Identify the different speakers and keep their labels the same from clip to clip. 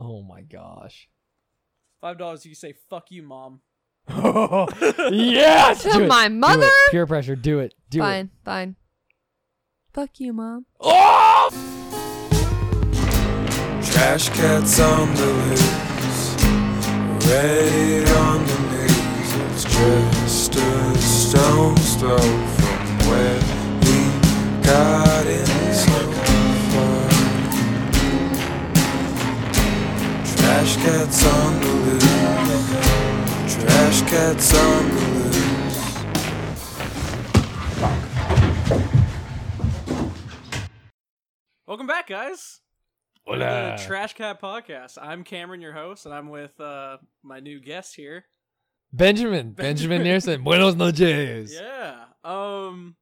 Speaker 1: Oh my gosh.
Speaker 2: Five dollars, you say "fuck you, mom."
Speaker 1: yes.
Speaker 3: To
Speaker 1: do it.
Speaker 3: my
Speaker 1: Do it.
Speaker 3: mother?
Speaker 1: Peer pressure. Do it. Do
Speaker 3: fine,
Speaker 1: it.
Speaker 3: fine. Fuck you, mom.
Speaker 1: Oh!
Speaker 4: Trash cats on the loose, raid on the news. It's just a stone's throw from where he got in so far. Trash cats on the loose, trash cats on the loose.
Speaker 2: Welcome back, guys. Welcome to the Trash Cat Podcast. I'm Cameron, your host, and I'm with uh, my new guest here.
Speaker 1: Benjamin. Benjamin Nearson. Buenos noches.
Speaker 2: Yeah. Um.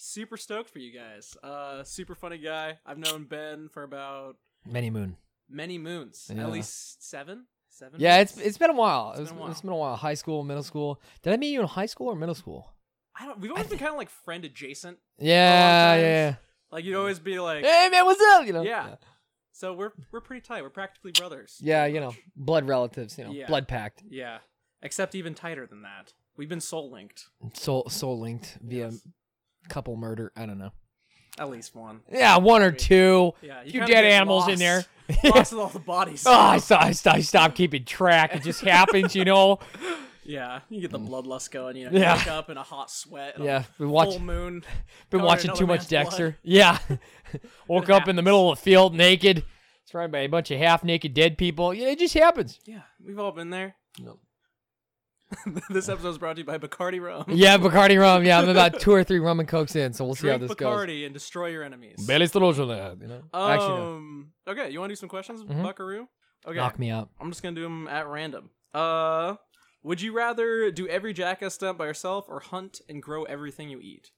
Speaker 2: Super stoked for you guys. Uh, super funny guy. I've known Ben for about
Speaker 1: Many moon.
Speaker 2: many moons,
Speaker 1: Yeah.
Speaker 2: at least seven, seven.
Speaker 1: Yeah, it's
Speaker 2: moons?
Speaker 1: it's been a while.
Speaker 2: It's
Speaker 1: It's,
Speaker 2: been a while.
Speaker 1: it's been a while. High school, middle school. Did I meet you in high school or middle
Speaker 2: Oh,
Speaker 1: school?
Speaker 2: I don't. We've always been kind of like friend adjacent.
Speaker 1: Yeah,
Speaker 2: times.
Speaker 1: yeah.
Speaker 2: Like you'd always be like,
Speaker 1: yeah. Hey man, what's up? You know.
Speaker 2: Yeah. so we're we're pretty tight. We're practically brothers.
Speaker 1: Yeah,
Speaker 2: pretty
Speaker 1: you know,
Speaker 2: much.
Speaker 1: blood relatives. You know,
Speaker 2: Yeah.
Speaker 1: blood packed,
Speaker 2: Yeah. Except even tighter than that. We've been soul linked.
Speaker 1: soul soul linked via
Speaker 2: Yes.
Speaker 1: couple murder. I don't know.
Speaker 2: At least one.
Speaker 1: Yeah, one or two.
Speaker 2: Yeah.
Speaker 1: Few
Speaker 2: kinda
Speaker 1: dead
Speaker 2: get
Speaker 1: animals in
Speaker 2: lost-
Speaker 1: there.
Speaker 2: lost with all the bodies.
Speaker 1: Oh, I, st- I, st- I stopped keeping track. It just happens, you know.
Speaker 2: Yeah. You get the bloodlust going. You know,
Speaker 1: Mm. Yeah.
Speaker 2: you wake up in a hot sweat. and a
Speaker 1: Yeah, been
Speaker 2: Full
Speaker 1: watching
Speaker 2: moon.
Speaker 1: been
Speaker 2: Colored
Speaker 1: watching
Speaker 2: another
Speaker 1: too much
Speaker 2: man's
Speaker 1: Dexter.
Speaker 2: blood.
Speaker 1: Yeah, woke
Speaker 2: It
Speaker 1: up in the
Speaker 2: happens.
Speaker 1: middle of the field naked, surrounded by a bunch of half naked dead people. Yeah, it just happens.
Speaker 2: Yeah. We've all been there.
Speaker 1: Nope.
Speaker 2: this episode is brought to you by Bacardi Rum.
Speaker 1: Yeah, Bacardi rum. Yeah, I'm about two or three rum and cokes in, so we'll see how this
Speaker 2: Drink Bacardi
Speaker 1: goes.
Speaker 2: and destroy your enemies.
Speaker 1: Belly that, you know. Actually, no.
Speaker 2: Um. Okay. You want to do some questions,
Speaker 1: Mhm.
Speaker 2: Buckaroo? Okay.
Speaker 1: knock me out.
Speaker 2: I'm just gonna do them at random. Uh, would you rather do every jackass stunt by yourself or hunt and grow everything you eat?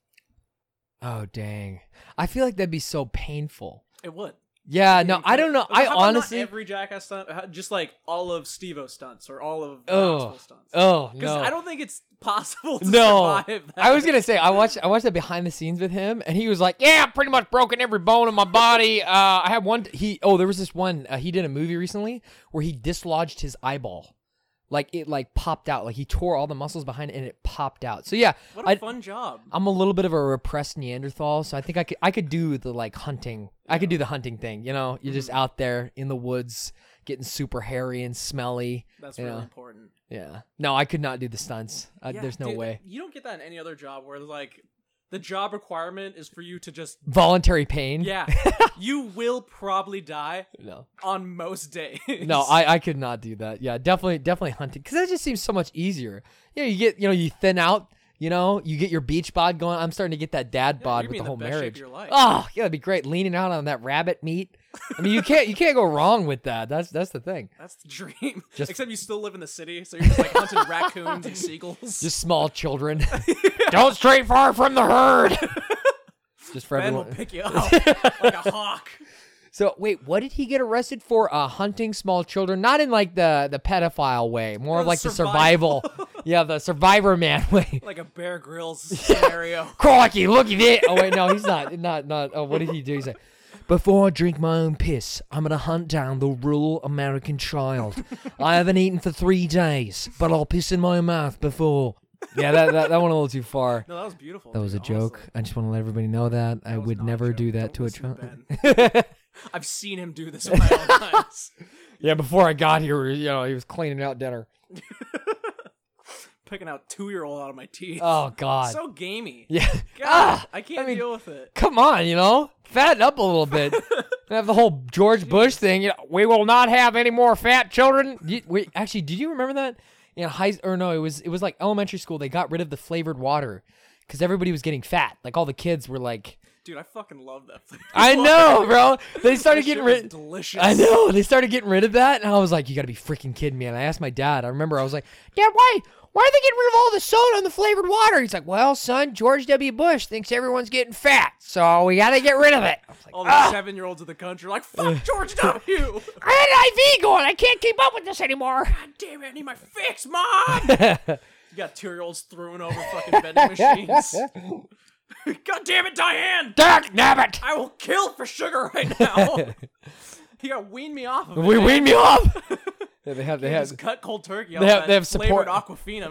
Speaker 1: Oh dang, I feel like that'd be so painful.
Speaker 2: It would.
Speaker 1: Yeah, Uh, no, I don't know.
Speaker 2: But
Speaker 1: I
Speaker 2: how about not
Speaker 1: honestly,
Speaker 2: every jackass stunt, how- just like all of Stevo stunts or all of
Speaker 1: oh,
Speaker 2: Knoxville stunts.
Speaker 1: oh
Speaker 2: because
Speaker 1: no,
Speaker 2: I don't think it's possible to
Speaker 1: no.
Speaker 2: survive. That.
Speaker 1: I was gonna say I watched I watched that behind the scenes with him, and he was like, "Yeah, I'm pretty much broken every bone in my body." Uh, I had one. He oh, there was this one. Uh, he did a movie recently where he dislodged his eyeball, like it like popped out, like he tore all the muscles behind it, and it popped out. So yeah,
Speaker 2: What a
Speaker 1: I,
Speaker 2: fun job.
Speaker 1: I'm a little bit of a repressed Neanderthal, so I think I could I could do the like hunting. I could do the hunting thing. You know, you're
Speaker 2: Mm-hmm.
Speaker 1: just out there in the woods getting super hairy and smelly.
Speaker 2: That's
Speaker 1: yeah.
Speaker 2: really important.
Speaker 1: Yeah. No, I could not do the stunts. Uh,
Speaker 2: Yeah,
Speaker 1: there's no
Speaker 2: dude,
Speaker 1: way.
Speaker 2: You don't get that in any other job where like the job requirement is for you to just
Speaker 1: Voluntary pain.
Speaker 2: yeah, you will probably die
Speaker 1: No.
Speaker 2: on most days.
Speaker 1: No, I, I could not do that. Yeah, definitely definitely hunting because that just seems so much easier. Yeah, you get you know you thin out. You know, you get your beach bod going. I'm starting to get that dad
Speaker 2: Yeah,
Speaker 1: bod
Speaker 2: you're
Speaker 1: with
Speaker 2: being
Speaker 1: the
Speaker 2: the
Speaker 1: whole
Speaker 2: best shape of
Speaker 1: marriage.
Speaker 2: your life.
Speaker 1: Oh, yeah, that'd be great. Leaning out on that rabbit meat. I mean, you can't you can't go wrong with that. That's that's the thing.
Speaker 2: That's the dream.
Speaker 1: Just-
Speaker 2: Except you still live in the city, so you're just like hunting raccoons and seagulls.
Speaker 1: Just small children. Don't stray far from the herd. just for
Speaker 2: Ben will
Speaker 1: everyone.
Speaker 2: pick you up like a hawk.
Speaker 1: So wait, what did he get arrested for? Uh, hunting small children, not in like the the pedophile way, more
Speaker 2: Or
Speaker 1: of like the
Speaker 2: survival.
Speaker 1: survival. yeah, the survivor man way.
Speaker 2: Like a Bear Grylls scenario.
Speaker 1: Crikey, look at it. Oh wait, no, he's not. Not not. Oh, what did he do? He's like, before I drink my own piss, I'm gonna hunt down the rural American child. I haven't eaten for three days, but I'll piss in my mouth before. Yeah, that that, that went a little too far.
Speaker 2: No, that was beautiful.
Speaker 1: That was a
Speaker 2: dude,
Speaker 1: joke.
Speaker 2: honestly.
Speaker 1: I just want to let everybody know that, I
Speaker 2: That was
Speaker 1: would
Speaker 2: not
Speaker 1: never
Speaker 2: joke.
Speaker 1: do that
Speaker 2: Don't
Speaker 1: to
Speaker 2: listen
Speaker 1: a child.
Speaker 2: Ben. I've seen him do this in my own eyes.
Speaker 1: Yeah, before I got here, you know, he was cleaning out dinner.
Speaker 2: Picking out two year old out of my teeth.
Speaker 1: Oh God.
Speaker 2: so gamey.
Speaker 1: yeah.
Speaker 2: God,
Speaker 1: Ah,
Speaker 2: I can't
Speaker 1: I mean-
Speaker 2: deal with it.
Speaker 1: come on, you know, fatten up a little bit. And have the whole George Bush thing. You know, we will not have any more fat children. You, wait, actually, did you remember that in high or no? It was it was like elementary school. They got rid of the flavored water because everybody was getting fat. Like all the kids were like,
Speaker 2: Dude, I fucking love that. flavor.
Speaker 1: I know, bro. They started
Speaker 2: That shit
Speaker 1: getting
Speaker 2: was
Speaker 1: rid.
Speaker 2: Delicious.
Speaker 1: I know they started getting rid of that, and I was like, "You got to be freaking kidding me!" And I asked my dad. I remember I was like, "Dad, why? Why are they getting rid of all the soda and the flavored water?" He's like, "Well, son, George W. Bush thinks everyone's getting fat, so we got to get rid of it." I was like,
Speaker 2: All the seven year olds of the country are like, fuck George W.
Speaker 1: "I had an IV going. I can't keep up with this anymore."
Speaker 2: God damn it, I need my fix, mom! you got two year olds throwing over fucking vending machines. God damn it, Diane!
Speaker 1: Dad, nabbit!
Speaker 2: I will kill for sugar right now! He got weaned me off of it.
Speaker 1: We
Speaker 2: man.
Speaker 1: wean me off. Yeah, they have they
Speaker 2: He
Speaker 1: have
Speaker 2: just cut cold turkey.
Speaker 1: They
Speaker 2: They
Speaker 1: have-
Speaker 2: have,
Speaker 1: they have support-
Speaker 2: flavored Aquafina,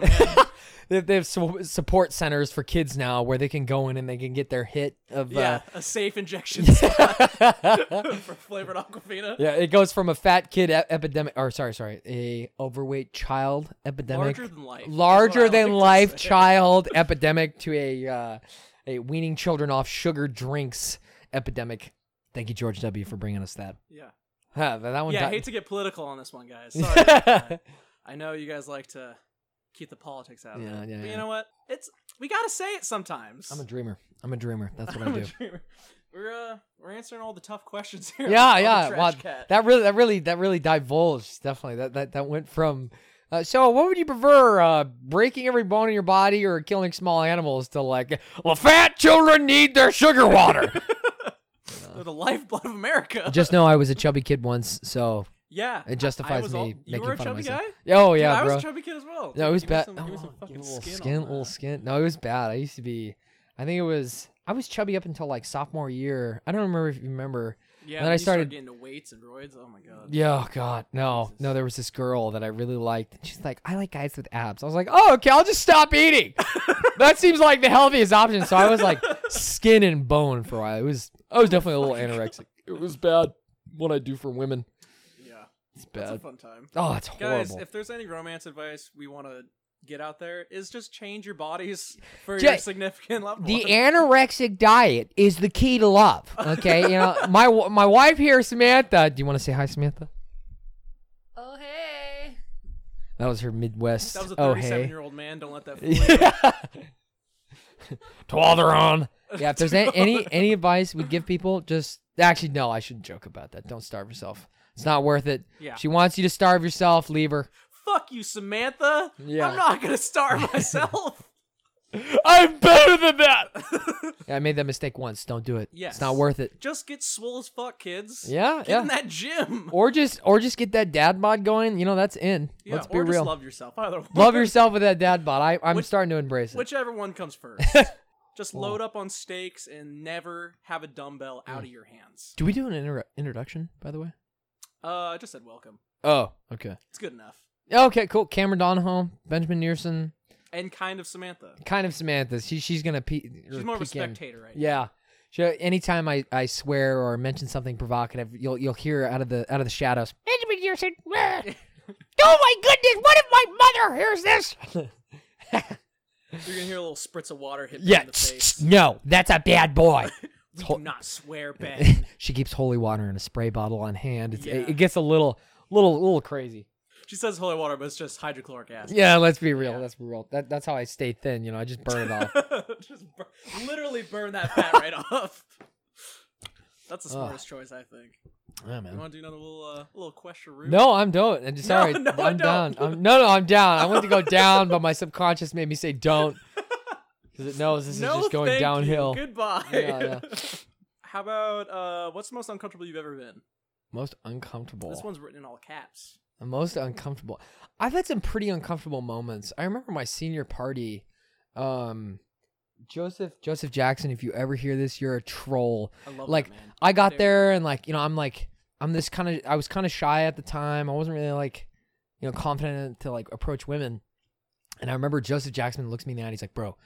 Speaker 2: man.
Speaker 1: they have, they have su- support centers for kids now where they can go in and they can get their hit of uh,
Speaker 2: yeah,
Speaker 1: yeah.
Speaker 2: a safe injection spot for flavored Aquafina.
Speaker 1: Yeah, it goes from a fat kid e- epidemic, or sorry, sorry, a overweight child epidemic,
Speaker 2: Larger than life. is what I
Speaker 1: larger
Speaker 2: like
Speaker 1: than
Speaker 2: to
Speaker 1: life
Speaker 2: say.
Speaker 1: child epidemic to a uh, a weaning children off sugar drinks epidemic. Thank you, George W, for bringing us that.
Speaker 2: Yeah.
Speaker 1: Huh, that that one.
Speaker 2: Yeah, I
Speaker 1: di-
Speaker 2: hate to get political on this one, guys. Sorry. about that. I know you guys like to keep the politics out of
Speaker 1: Yeah,
Speaker 2: it.
Speaker 1: yeah,
Speaker 2: but
Speaker 1: yeah.
Speaker 2: you know what? It's we gotta say it sometimes.
Speaker 1: I'm a dreamer. I'm a dreamer. That's what
Speaker 2: I'm
Speaker 1: I
Speaker 2: a
Speaker 1: do.
Speaker 2: dreamer. We're uh, we're answering all the tough questions here.
Speaker 1: Yeah,
Speaker 2: on the
Speaker 1: yeah.
Speaker 2: Trash
Speaker 1: Wow,
Speaker 2: Cat.
Speaker 1: that really, that really, that really divulged. Definitely, that that that went from. Uh, so, what would you prefer, uh, breaking every bone in your body or killing small animals? To like, well, fat children need their sugar water.
Speaker 2: They're the lifeblood of America.
Speaker 1: Just know I was a chubby kid once, so
Speaker 2: yeah,
Speaker 1: it justifies
Speaker 2: I was
Speaker 1: me
Speaker 2: all- you
Speaker 1: making
Speaker 2: were a
Speaker 1: fun of
Speaker 2: chubby
Speaker 1: myself.
Speaker 2: guy.
Speaker 1: Oh
Speaker 2: Dude,
Speaker 1: yeah,
Speaker 2: I
Speaker 1: bro.
Speaker 2: was a chubby kid as well.
Speaker 1: no, it
Speaker 2: Dude,
Speaker 1: was
Speaker 2: give me
Speaker 1: bad.
Speaker 2: some-
Speaker 1: oh,
Speaker 2: give me some
Speaker 1: give me
Speaker 2: fucking
Speaker 1: a little
Speaker 2: skin on
Speaker 1: skin, little
Speaker 2: that.
Speaker 1: skin. No, it was bad. I used to be. I think it was. I was chubby up until like sophomore year. I don't remember if you remember. And
Speaker 2: Yeah,
Speaker 1: then
Speaker 2: when
Speaker 1: I
Speaker 2: you start
Speaker 1: started-
Speaker 2: getting into weights and roids. Oh my god.
Speaker 1: Yeah, oh God, no,
Speaker 2: Jesus.
Speaker 1: no. There was this girl that I really liked. and She's like, I like guys with abs. I was like, oh, okay, I'll just stop eating. that seems like the healthiest option. So I was like, skin and bone for a while. It was, I was definitely a
Speaker 2: Oh
Speaker 1: little anorexic. It was bad. What I do for women,
Speaker 2: Yeah,
Speaker 1: it's
Speaker 2: that's a
Speaker 1: bad.
Speaker 2: fun time.
Speaker 1: Oh, it's
Speaker 2: Guys,
Speaker 1: horrible.
Speaker 2: if there's any romance advice we want to get out there, is just change your bodies for
Speaker 1: Jay,
Speaker 2: your significant loved
Speaker 1: the
Speaker 2: one.
Speaker 1: anorexic diet is the key to love. Okay, you know my w- my wife here, Samantha. Do you want to say hi, Samantha?
Speaker 3: Oh, hey.
Speaker 1: That was her Midwest.
Speaker 2: that was a
Speaker 1: oh
Speaker 2: 37
Speaker 1: hey.
Speaker 2: year old man. Don't let that fool you.
Speaker 1: Yeah. to all their own. Yeah, if there's any, any any advice we'd give people, just actually no, I shouldn't joke about that. Don't starve yourself. It's not worth it.
Speaker 2: Yeah.
Speaker 1: She wants you to starve yourself, leave her.
Speaker 2: Fuck you, Samantha.
Speaker 1: Yeah.
Speaker 2: I'm not gonna starve myself.
Speaker 1: I'm better than that. yeah, I made that mistake once. Don't do it.
Speaker 2: Yes.
Speaker 1: It's not worth it.
Speaker 2: just get swole as fuck, kids.
Speaker 1: Yeah,
Speaker 2: Get
Speaker 1: yeah.
Speaker 2: in that gym.
Speaker 1: Or just or just get that dad bod going. You know, that's in.
Speaker 2: yeah,
Speaker 1: Let's be
Speaker 2: or
Speaker 1: real.
Speaker 2: Just love yourself. Either one.
Speaker 1: Love yourself with that dad bod. I, I'm
Speaker 2: Which-
Speaker 1: starting to embrace it.
Speaker 2: Whichever one comes first. just load up on steaks and never have a dumbbell out
Speaker 1: Mm.
Speaker 2: of your hands.
Speaker 1: do we do an inter- introduction, by the way?
Speaker 2: Uh, I just said welcome.
Speaker 1: Oh, okay.
Speaker 2: It's good enough.
Speaker 1: Okay, cool. Cameron Donholm, Benjamin Nearson,
Speaker 2: And kind of Samantha.
Speaker 1: kind of Samantha. She she's gonna pe- or
Speaker 2: She's more of a
Speaker 1: peek in.
Speaker 2: spectator right now.
Speaker 1: Yeah. She, anytime I, I swear or mention something provocative, you'll you'll hear out of the out of the shadows. Benjamin Nearson. ah." oh my goodness! What if my mother hears this?
Speaker 2: You're gonna hear a little spritz of water hit you
Speaker 1: yeah.
Speaker 2: in the face.
Speaker 1: No, that's a bad boy.
Speaker 2: We
Speaker 1: Hol-
Speaker 2: do not swear, Ben.
Speaker 1: she keeps holy water in a spray bottle on hand. It's, it,
Speaker 2: Yeah.
Speaker 1: it gets a little little little crazy.
Speaker 2: she says holy water, but it's just hydrochloric acid.
Speaker 1: Yeah, let's be real. Let's be real. That, that's how I stay thin. You know, I just burn it off.
Speaker 2: just bur- literally burn that fat right off. That's the smartest choice, I think.
Speaker 1: Yeah,
Speaker 2: You
Speaker 1: man.
Speaker 2: want to do another little uh, little question? Room?
Speaker 1: No, I'm don't. I'm just-
Speaker 2: No,
Speaker 1: sorry.
Speaker 2: no, I
Speaker 1: I'm down.
Speaker 2: don't.
Speaker 1: I'm, no, no, I'm down. I went to go down, but my subconscious made me say don't because it knows this is
Speaker 2: no,
Speaker 1: just going
Speaker 2: thank
Speaker 1: downhill.
Speaker 2: You. Goodbye.
Speaker 1: Yeah,
Speaker 2: How about uh, what's the most uncomfortable you've ever been?
Speaker 1: Most uncomfortable.
Speaker 2: This one's written in all caps.
Speaker 1: The most uncomfortable. I've had some pretty uncomfortable moments. I remember my senior party. Um, Joseph Joseph Jackson, if you ever hear this, you're a troll.
Speaker 2: I love
Speaker 1: like
Speaker 2: that, man.
Speaker 1: I got
Speaker 2: There.
Speaker 1: there and like you know I'm like I'm this kind of I was kind of shy at the time. I wasn't really like you know confident to like approach women. And I remember Joseph Jackson looks me in the eye. And he's like, "Bro,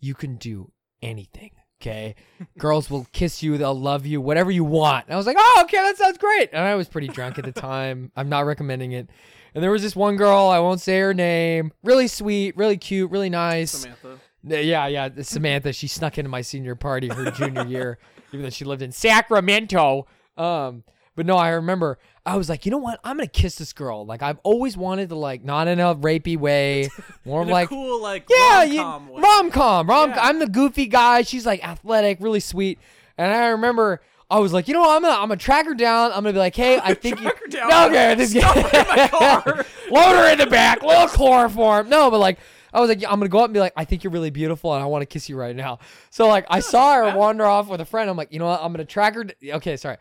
Speaker 1: you can do anything. Okay, girls will kiss you. They'll love you. Whatever you want." And I was like, "Oh, okay, that sounds great." And I was pretty drunk at the time. I'm not recommending it. And there was this one girl. I won't say her name. Really sweet. Really cute. Really nice.
Speaker 2: Samantha.
Speaker 1: Yeah, Yeah, yeah. the Samantha, she snuck into my senior party her junior year, even though she lived in Sacramento. Um, but no, I remember I was like, you know what? I'm gonna kiss this girl. Like I've always wanted to, like, not in a rapey way, more of
Speaker 2: In a
Speaker 1: like,
Speaker 2: cool like
Speaker 1: yeah,
Speaker 2: rom-com way.
Speaker 1: rom com, rom.
Speaker 2: Yeah.
Speaker 1: I'm the goofy guy. She's like athletic, really sweet. And I remember I was like, you know, what? I'm gonna, I'm gonna track her down. I'm gonna be like, hey, I think you.
Speaker 2: Track her down.
Speaker 1: No, okay, this
Speaker 2: Stuff her in my car.
Speaker 1: Load her in the back, little chloroform. No, but like, I was like, I'm gonna go up and be like, I think you're really beautiful, and I want to kiss you right now. So like, I saw her wander off with a friend. I'm like, you know what? I'm gonna track her. d- Okay, sorry.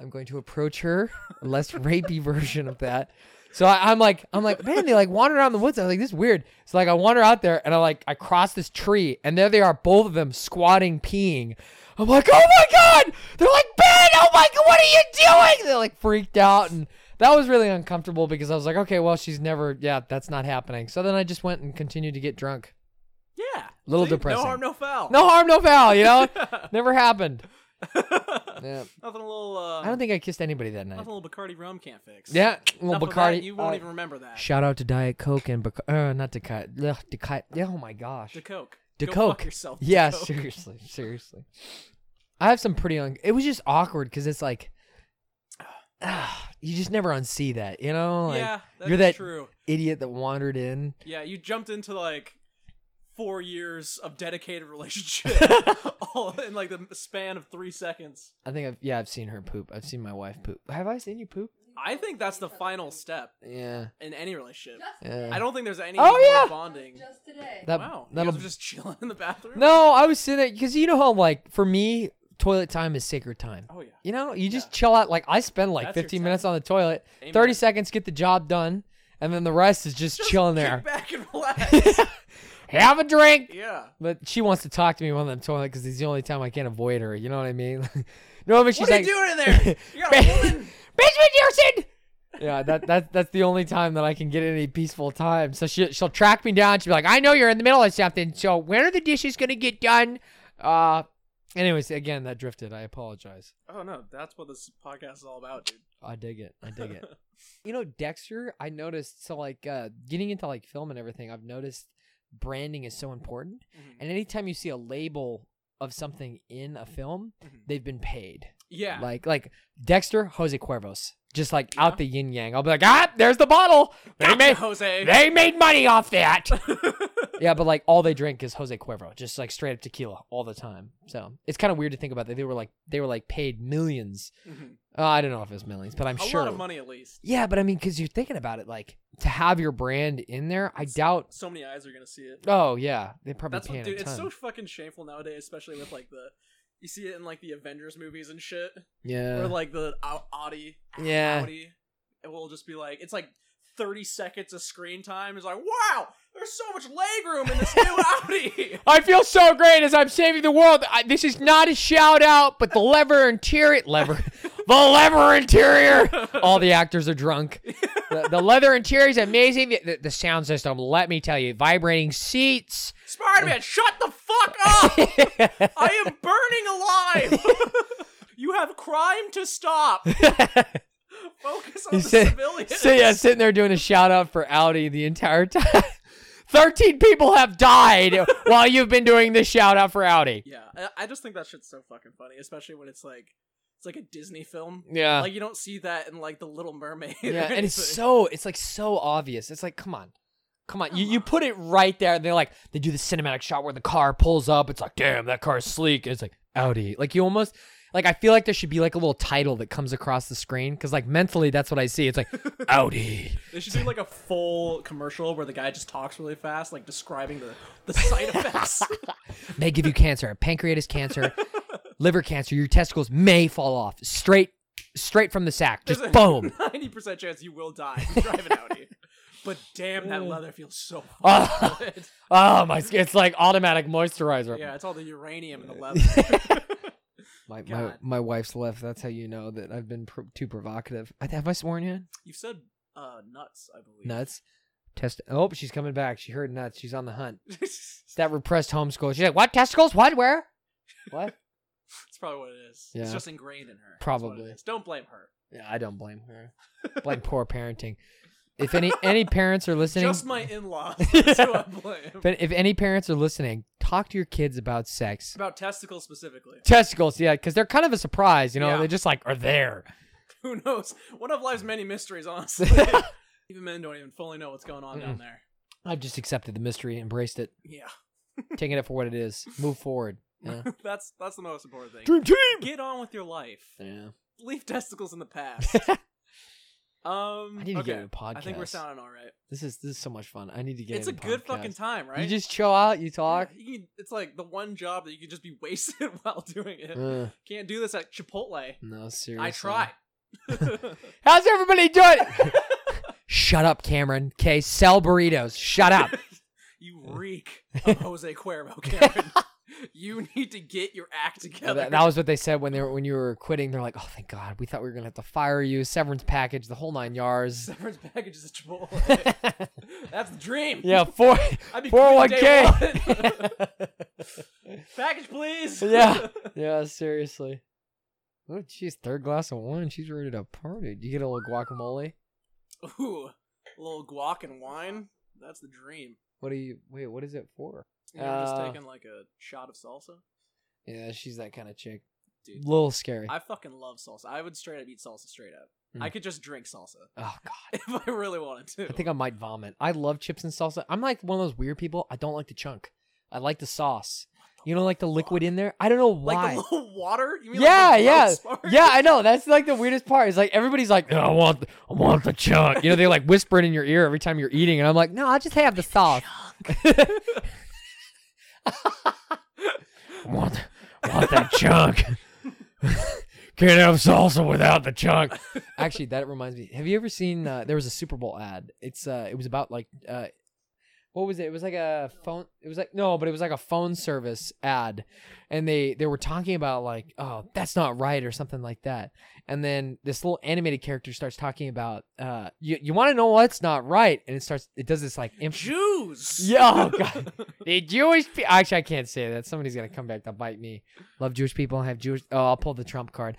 Speaker 1: I'm going to approach her, a less rapey version of that. So I, I'm like, I'm like, man, they like wander around the woods. I was like, this is weird. So like, I wander out there and I like, I cross this tree and there they are, both of them squatting, peeing. I'm like, oh my god! They're like, Ben, oh my god, what are you doing? They're like freaked out and that was really uncomfortable because I was like, okay, well, she's never, yeah, that's not happening. So then I just went and continued to get drunk.
Speaker 2: Yeah.
Speaker 1: Little
Speaker 2: See?
Speaker 1: depressing.
Speaker 2: No harm, no foul.
Speaker 1: No harm, no foul. You know, never happened. Yeah.
Speaker 2: Nothing a little. Uh,
Speaker 1: I don't think I kissed anybody that night.
Speaker 2: nothing a little Bacardi rum can't fix.
Speaker 1: Yeah, well,
Speaker 2: Enough of that,
Speaker 1: Bacardi.
Speaker 2: you won't
Speaker 1: uh,
Speaker 2: even remember that.
Speaker 1: Shout out to Diet Coke and Bac- uh, not Deca- ugh, Deca- yeah, oh my gosh,
Speaker 2: the Coke.
Speaker 1: De
Speaker 2: Go
Speaker 1: Coke.
Speaker 2: Fuck yourself. De
Speaker 1: yeah,
Speaker 2: Coke.
Speaker 1: seriously, seriously. I have some pretty. Un- it was just awkward because it's like, ah, you just never unsee that, you know? Like,
Speaker 2: yeah, that's
Speaker 1: you're that
Speaker 2: true.
Speaker 1: idiot that wandered in.
Speaker 2: Yeah, you jumped into like four years of dedicated relationship all in like the span of three seconds.
Speaker 1: I think I've yeah, I've seen her poop. I've seen my wife poop. Have I seen you poop?
Speaker 2: I think that's the final step
Speaker 1: Yeah.
Speaker 2: in any relationship.
Speaker 3: Just,
Speaker 1: yeah.
Speaker 2: I don't think there's any
Speaker 1: Oh,
Speaker 2: more
Speaker 1: yeah!
Speaker 2: bonding.
Speaker 3: just today.
Speaker 1: That,
Speaker 2: wow, you
Speaker 1: that'll
Speaker 2: guys were just chilling in the bathroom.
Speaker 1: No, I was sitting there because you know how like for me, toilet time is sacred time.
Speaker 2: Oh yeah.
Speaker 1: You know, you just
Speaker 2: Yeah.
Speaker 1: chill out. Like I spend like
Speaker 2: That's your
Speaker 1: 15
Speaker 2: time.
Speaker 1: minutes on the toilet,
Speaker 2: Amen.
Speaker 1: 30 seconds get the job done, and then the rest is just,
Speaker 2: Just
Speaker 1: chilling
Speaker 2: kick
Speaker 1: there.
Speaker 2: back and relax.
Speaker 1: Have a drink.
Speaker 2: yeah.
Speaker 1: But she wants to talk to me when I'm toilet because it's the only time I can't avoid her. You know what I mean? Normally she's
Speaker 2: what are
Speaker 1: like,
Speaker 2: you doing in there? You got a woman.
Speaker 1: basement Yersin. Yeah, that that that's the only time that I can get any peaceful time. So she she'll track me down. She'll be like, "I know you're in the middle of something. So when are the dishes gonna get done?" Uh, anyways, again that drifted. I apologize.
Speaker 2: Oh no, that's what this podcast is all about, dude.
Speaker 1: I dig it. I dig it. you know, Dexter. I noticed. So like uh, getting into like film and everything, I've noticed branding is so important.
Speaker 2: Mhm.
Speaker 1: And anytime you see a label of something in a film,
Speaker 2: Mhm.
Speaker 1: they've been paid.
Speaker 2: Yeah.
Speaker 1: Like like Dexter, Jose Cuervos. Just like out
Speaker 2: Yeah.
Speaker 1: the yin yang. I'll be like, ah, there's the bottle. They
Speaker 2: Gotcha,
Speaker 1: made
Speaker 2: Jose.
Speaker 1: they made money off that. yeah, but like all they drink is Jose Cuervo, just like straight up tequila all the time. So it's kind of weird to think about that. They were like they were like paid millions.
Speaker 2: Mhm.
Speaker 1: Uh, I don't know if it was millions, but I'm
Speaker 2: a
Speaker 1: sure.
Speaker 2: lot of money at least.
Speaker 1: Yeah, but I mean, because you're thinking about it, like to have your brand in there, I doubt.
Speaker 2: So many eyes are gonna see it.
Speaker 1: Oh yeah, they probably
Speaker 2: That's
Speaker 1: paying
Speaker 2: what, dude.
Speaker 1: a ton.
Speaker 2: It's so fucking shameful nowadays, especially with like the, you see it in like the Avengers movies and shit,
Speaker 1: yeah,
Speaker 2: or like the Au- Audi.
Speaker 1: yeah.
Speaker 2: Audi. It will just be like it's like thirty seconds of screen time. It's like wow, there's so much leg room in this new Audi.
Speaker 1: I feel so great as I'm saving the world. I, this is not a shout out, but the lever interior, lever, the lever interior. All the actors are drunk. The, the leather interior is amazing. The, the, the sound system, let me tell you, vibrating seats.
Speaker 2: Spider Man, shut the fuck up! I am burning alive. you have crime to stop. Focus
Speaker 1: He
Speaker 2: on the
Speaker 1: said-
Speaker 2: civilians.
Speaker 1: So yeah, sitting there doing a shout out for Audi the entire time. Thirteen people have died while you've been doing this shout out for Audi.
Speaker 2: Yeah, I- I just think that shit's so fucking funny, especially when it's like it's like a Disney film.
Speaker 1: Yeah.
Speaker 2: Like you don't see that in like the Little Mermaid. or
Speaker 1: yeah, and it's
Speaker 2: anything.
Speaker 1: so it's like so obvious. It's like, come on. Come on. You you put it right there. They're like they do the cinematic shot where the car pulls up. It's like, damn, that car's sleek. It's like Audi. Like you almost like I feel like there should be like a little title that comes across the screen because like mentally that's what I see. It's like Audi.
Speaker 2: They should do like a full commercial where the guy just talks really fast, like describing the the side effects.
Speaker 1: may give you cancer, pancreatic cancer, liver cancer. Your testicles may fall off straight straight from the sack. Just
Speaker 2: There's a-
Speaker 1: boom.
Speaker 2: Ninety percent chance you will die if you drive an Audi. But damn, that leather feels so
Speaker 1: Oh,
Speaker 2: good.
Speaker 1: oh my! It's like automatic moisturizer.
Speaker 2: Yeah, it's all the uranium in the leather.
Speaker 1: My, my
Speaker 2: God.
Speaker 1: my wife's left. That's how you know that I've been pr- too provocative. I, have I sworn yet?
Speaker 2: You've said uh, nuts, I believe.
Speaker 1: Nuts. Test. Oh, she's coming back. She heard nuts. She's on the hunt. It's
Speaker 2: That's
Speaker 1: that repressed homeschool. She's like, what testicles? What? Where? What?
Speaker 2: probably what it is.
Speaker 1: Yeah.
Speaker 2: It's just ingrained in her. That's what it
Speaker 1: Probably.
Speaker 2: is. Don't blame her.
Speaker 1: yeah, I don't blame her. Blame poor parenting. If any any parents are listening,
Speaker 2: Just my in-laws. That's who I blame.
Speaker 1: if, if any parents are listening, talk to your kids about sex.
Speaker 2: About testicles specifically.
Speaker 1: Testicles, yeah, because they're kind of a surprise. You know,
Speaker 2: Yeah.
Speaker 1: they just like are there.
Speaker 2: Who knows? One of life's many mysteries, honestly. even men don't even fully know what's going on down there.
Speaker 1: I've just accepted the mystery, embraced it,
Speaker 2: Yeah,
Speaker 1: taking it for what it is. Move forward. Yeah.
Speaker 2: that's that's the most important thing.
Speaker 1: Dream team.
Speaker 2: Get on with your life.
Speaker 1: Yeah.
Speaker 2: Leave testicles in the past. Um,
Speaker 1: I need to
Speaker 2: okay.
Speaker 1: get in a podcast.
Speaker 2: I think we're sounding all right.
Speaker 1: This is this is so much fun. I need to get.
Speaker 2: it's a
Speaker 1: in
Speaker 2: good
Speaker 1: podcast.
Speaker 2: fucking time, right?
Speaker 1: You just chill out. You
Speaker 2: Yeah,
Speaker 1: talk.
Speaker 2: you can- it's like the one job that you could just be wasted while doing it.
Speaker 1: Ugh,
Speaker 2: Can't do this at Chipotle.
Speaker 1: no, seriously.
Speaker 2: I tried.
Speaker 1: How's everybody doing? Shut up, Cameron. Okay, sell burritos. Shut up.
Speaker 2: you reek of Jose Cuervo, Cameron. you need to get your act
Speaker 1: Yeah,
Speaker 2: together.
Speaker 1: that, that was what they said when they were when you were quitting. They're like, "Oh, thank God, we thought we were gonna have to fire you, severance package, the whole nine yards."
Speaker 2: severance packages at Chipotle. That's the dream.
Speaker 1: yeah, four
Speaker 2: I'd be
Speaker 1: four oh one
Speaker 2: quitting day one.
Speaker 1: k.
Speaker 2: Package, please.
Speaker 1: Yeah. Yeah, seriously. Oh, jeez, third glass of wine. She's ready to party. Do you get a little guacamole?
Speaker 2: Ooh, a little guac and wine. That's the dream.
Speaker 1: What do you? Wait, what is it for?
Speaker 2: You know, just
Speaker 1: Uh,
Speaker 2: taking like a shot of salsa.
Speaker 1: Yeah, she's that kind of chick.
Speaker 2: Dude.
Speaker 1: little scary.
Speaker 2: I fucking love salsa. I would straight up eat salsa straight up.
Speaker 1: Mm.
Speaker 2: I could just drink salsa
Speaker 1: oh God,
Speaker 2: if I really wanted to.
Speaker 1: I think I might vomit. I love chips and salsa. I'm like one of those weird people. I don't like the chunk. I like the sauce. You know, like the liquid in there. I don't know why.
Speaker 2: like the little water. You mean
Speaker 1: Yeah,
Speaker 2: like the
Speaker 1: yeah,
Speaker 2: gross part?
Speaker 1: Yeah, I know. That's like the weirdest part. Is like everybody's like, "No, I want, the, I want the chunk. You know, they like whisper it in your ear every time you're eating, and I'm like, no, I'll just have the sauce. I want, I want that chunk. Can't have salsa without the chunk. Actually, that reminds me. Have you ever seen? Uh, there was a Super Bowl ad. It's uh, it was about like, uh, what was it? It was like a phone. It was like no, but it was like a phone service ad, and they they were talking about like, oh, that's not right or something like that. And then this little animated character starts talking about, uh, you you want to know what's not right, and it starts. It does this like inf-
Speaker 2: Jews.
Speaker 1: yeah, oh god. The Jewish people. Actually, I can't say that. Somebody's gonna come back to bite me. Love Jewish people. I have Jewish. Oh, I'll pull the Trump card.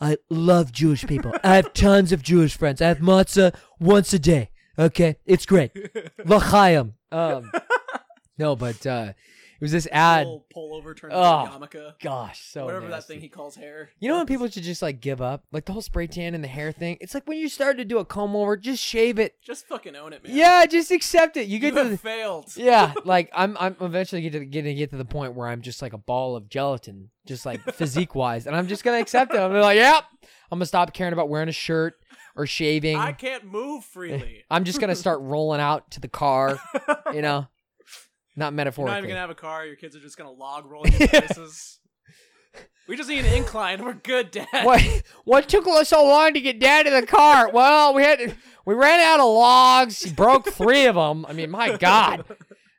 Speaker 1: I love Jewish people. I have tons of Jewish friends. I have matzah once a day. Okay, it's great. L'chaim. Um, no, but uh, it was this ad.
Speaker 2: Little pull over turn
Speaker 1: Oh,
Speaker 2: into a yarmulke.
Speaker 1: Gosh, so
Speaker 2: whatever that
Speaker 1: nasty.
Speaker 2: thing he calls hair.
Speaker 1: You know when people should just like give up, like the whole spray tan and the hair thing. It's like when you start to do a comb over, just shave it.
Speaker 2: Just fucking own it, man.
Speaker 1: Yeah, just accept it. You
Speaker 2: you
Speaker 1: get to
Speaker 2: have
Speaker 1: the,
Speaker 2: failed.
Speaker 1: yeah, like I'm I'm eventually get to, gonna get to the point where I'm just like a ball of gelatin, just like physique wise, and I'm just gonna accept it. I'm gonna be like, yep, I'm gonna stop caring about wearing a shirt or shaving.
Speaker 2: I can't move freely.
Speaker 1: I'm just gonna start rolling out to the car, you know, not
Speaker 2: You're not
Speaker 1: metaphorically.
Speaker 2: even gonna have a car. Your kids are just gonna log roll your places. We just need an incline. We're good, Dad.
Speaker 1: what what took us so long to get dad to the car? Well, we had we ran out of logs. He broke three of them. I mean, my God.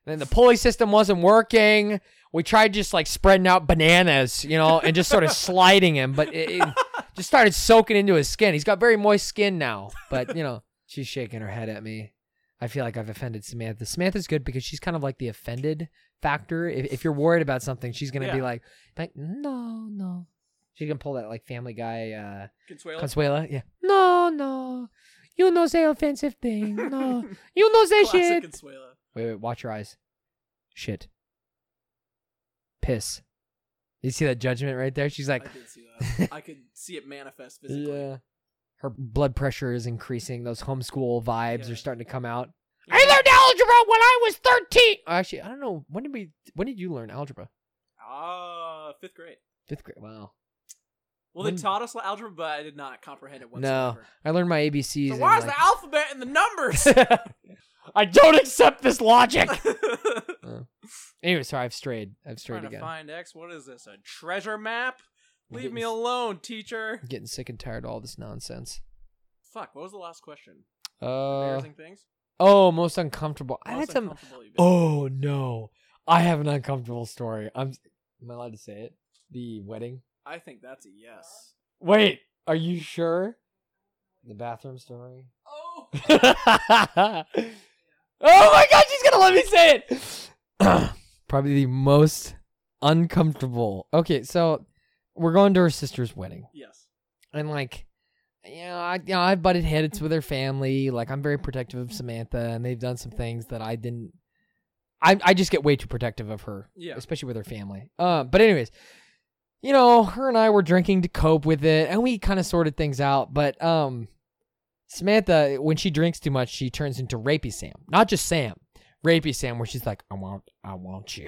Speaker 1: Then the pulley system wasn't working. We tried just like spreading out bananas, you know, and just sort of sliding him, but it, it just started soaking into his skin. He's got very moist skin now, but you know, she's shaking her head at me. I feel like I've offended Samantha. Samantha's good because she's kind of like the offended factor. If, if you're worried about something, she's gonna be
Speaker 2: Yeah.
Speaker 1: like, like, no, no. She can pull that like Family Guy uh,
Speaker 2: Consuelo.
Speaker 1: Consuela. Yeah. No, no. You know say offensive thing. No. You know say
Speaker 2: Classic
Speaker 1: shit.
Speaker 2: Consuelo.
Speaker 1: Wait, wait, watch your eyes. Shit. Piss. You see that judgment right there? She's
Speaker 2: I
Speaker 1: like,
Speaker 2: did see that. I could see it manifest physically.
Speaker 1: yeah. Her blood pressure is increasing. Those homeschool vibes
Speaker 2: Yeah.
Speaker 1: are starting to come out.
Speaker 2: Yeah.
Speaker 1: I learned algebra when I was 13. Actually, I don't know. When did we when did you learn algebra?
Speaker 2: Ah, fifth grade.
Speaker 1: 5th grade. Wow.
Speaker 2: Well, they
Speaker 1: When-
Speaker 2: taught us algebra, but I did not comprehend it
Speaker 1: No.
Speaker 2: whatsoever.
Speaker 1: I learned my ABCs
Speaker 2: So
Speaker 1: in,
Speaker 2: why is
Speaker 1: like-
Speaker 2: the alphabet and the numbers?
Speaker 1: I don't accept this logic.
Speaker 2: Trying
Speaker 1: anyway, sorry, I've strayed. I've strayed
Speaker 2: to
Speaker 1: again.
Speaker 2: find X. What is this? A treasure map?
Speaker 1: I'm
Speaker 2: Leave me
Speaker 1: getting s-
Speaker 2: alone, teacher.
Speaker 1: I'm getting sick and tired of all this nonsense.
Speaker 2: Fuck. What was the last question?
Speaker 1: Uh,
Speaker 2: Embarrassing things.
Speaker 1: oh, most uncomfortable. I
Speaker 2: Most
Speaker 1: had some.
Speaker 2: uncomfortable you've been.
Speaker 1: Oh no, I have an uncomfortable story. I'm. Am I allowed to say it? The wedding.
Speaker 2: I think that's a yes.
Speaker 1: Wait, are you sure? The bathroom story.
Speaker 2: Oh.
Speaker 1: oh my god, she's gonna let me say it. Probably the most uncomfortable. Okay, so we're going to her sister's wedding,
Speaker 2: Yes.
Speaker 1: and like, you know, I you know I've butted heads with her family. Like, I'm very protective of Samantha, and they've done some things that I didn't. I I just get way too protective of her,
Speaker 2: Yeah.
Speaker 1: especially with her family. Uh, but anyways, you know, her and I were drinking to cope with it, and we kind of sorted things out. But um, Samantha, when she drinks too much, she turns into rapey Sam. Not just Sam. rapey Sam, where she's like, "I want, I want you."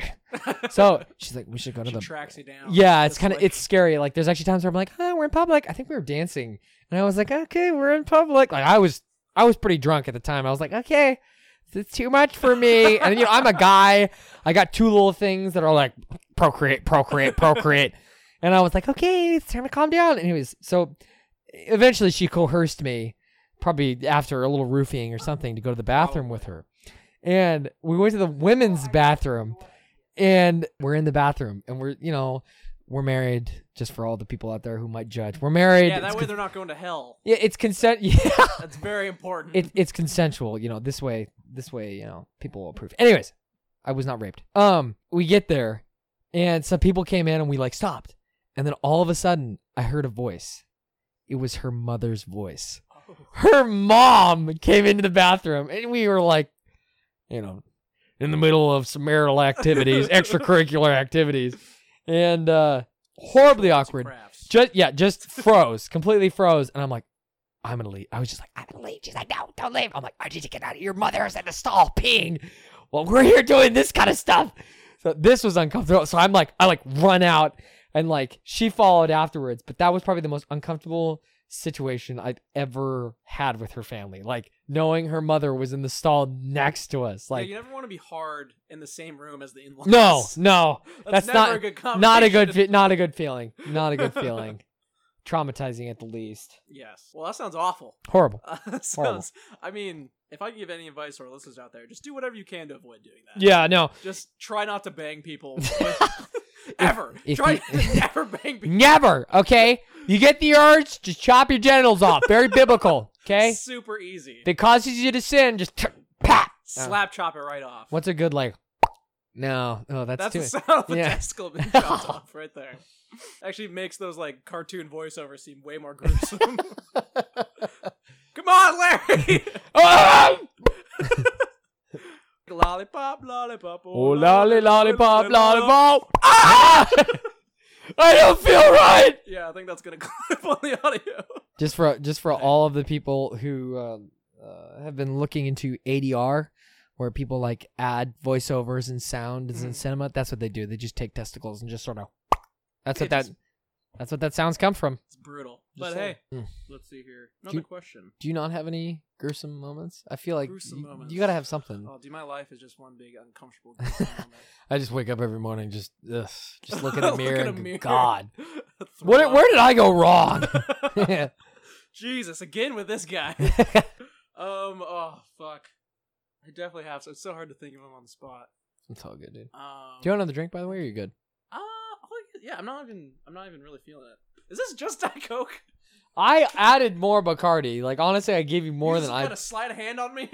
Speaker 1: So she's like, "We should go to
Speaker 2: she
Speaker 1: the."
Speaker 2: tracks you down.
Speaker 1: Yeah, it's
Speaker 2: Just
Speaker 1: kind of
Speaker 2: like-
Speaker 1: it's scary. Like there's actually times where I'm like, "Huh, we're in public." I think we were dancing, and I was like, "Okay, we're in public." Like I was, I was pretty drunk at the time. I was like, "Okay." It's too much for me, and you know I'm a guy. I got two little things that are like procreate, procreate, procreate, and I was like, okay, it's time to calm down. And it was so. Eventually, she coerced me, probably after a little roofing or something, to go to the bathroom with her. And we went to the women's bathroom, and we're in the bathroom, and we're you know we're married. Just for all the people out there who might judge, we're married.
Speaker 2: yeah, that
Speaker 1: it's
Speaker 2: way
Speaker 1: con-
Speaker 2: they're not going to hell.
Speaker 1: yeah, it's consent. Yeah
Speaker 2: That's very important.
Speaker 1: it, it's consensual you know this way this way you know people will approve anyways i was not raped um we get there and some people came in and we like stopped and then all of a sudden i heard a voice it was her mother's voice her mom came into the bathroom and we were like you know in the middle of some marital activities extracurricular activities and uh horribly awkward
Speaker 2: Crafts.
Speaker 1: just yeah, just froze, completely froze, and I'm like, I'm gonna leave. I was just like, I'm gonna leave. She's like, No, don't leave. I'm like, I need to get out of here. Your mother is in the stall peeing. Well, we're here doing this kind of stuff. So this was uncomfortable. So I'm like, I like run out, and like she followed afterwards. But that was probably the most uncomfortable situation I've ever had with her family. Like knowing her mother was in the stall next to us. Like,
Speaker 2: yeah, you never want to be hard in the same room as the in-laws.
Speaker 1: no, no,
Speaker 2: That's
Speaker 1: that's,
Speaker 2: never
Speaker 1: not
Speaker 2: a good
Speaker 1: not a good
Speaker 2: combination.
Speaker 1: fe- not a good feeling. Not a good feeling. Traumatizing at the least.
Speaker 2: Yes. Well, that sounds awful.
Speaker 1: Horrible.
Speaker 2: Uh, that
Speaker 1: Horrible.
Speaker 2: sounds. I mean, if I could give any advice to our listeners out there, just do whatever you can to avoid doing that.
Speaker 1: Yeah, no.
Speaker 2: Just try not to bang people. ever.
Speaker 1: if
Speaker 2: try
Speaker 1: you-
Speaker 2: not to never bang people.
Speaker 1: Never, okay? You get the urge, just chop your genitals off. Very biblical, okay?
Speaker 2: Super easy.
Speaker 1: If it causes you to sin, just t- pat.
Speaker 2: Slap chop it right off.
Speaker 1: What's a good like? No, oh, that's,
Speaker 2: That's
Speaker 1: too.
Speaker 2: the sound of the
Speaker 1: Yeah.
Speaker 2: testicle being chopped off right there. Actually makes those like cartoon voiceovers seem way more gruesome. Come on, Larry!
Speaker 1: Ah!
Speaker 2: lollipop, lollipop,
Speaker 1: Oh, lolly, lollipop, lollipop. Ah! I don't feel right.
Speaker 2: Yeah, I think that's gonna clip on the audio.
Speaker 1: just for just for all of the people who um, uh, have been looking into ADR, where people like add voiceovers and sounds in
Speaker 2: Mhm.
Speaker 1: cinema. That's what they do. They just take testicles and just sort of. That's what
Speaker 2: They just-
Speaker 1: that. That's what that sounds come from.
Speaker 2: It's brutal.
Speaker 1: Just
Speaker 2: But
Speaker 1: saying.
Speaker 2: hey,
Speaker 1: Mm.
Speaker 2: let's see here. Another
Speaker 1: you-
Speaker 2: question.
Speaker 1: do you not have any gruesome moments? I feel like
Speaker 2: Gruesome
Speaker 1: you-
Speaker 2: moments.
Speaker 1: you gotta have something.
Speaker 2: Oh, dude, my life is just one big uncomfortable. gruesome moment.
Speaker 1: I just wake up every morning, just ugh, just look in the
Speaker 2: Look
Speaker 1: mirror.
Speaker 2: in a
Speaker 1: and go,
Speaker 2: mirror.
Speaker 1: God,
Speaker 2: Throw
Speaker 1: what?
Speaker 2: up.
Speaker 1: Where did I go wrong?
Speaker 2: Jesus, again with this guy. um, oh fuck, I definitely have. So it's so hard to think of him on the spot.
Speaker 1: it's all good, dude.
Speaker 2: Um,
Speaker 1: Do you want another drink, by the way? Or you good?
Speaker 2: Uh, oh, yeah, I'm not even. I'm not even really feeling it. Is this just Diet Coke?
Speaker 1: I added more Bacardi. Like honestly, I gave you more
Speaker 2: you
Speaker 1: than
Speaker 2: just
Speaker 1: I
Speaker 2: Kind of slide a hand on me,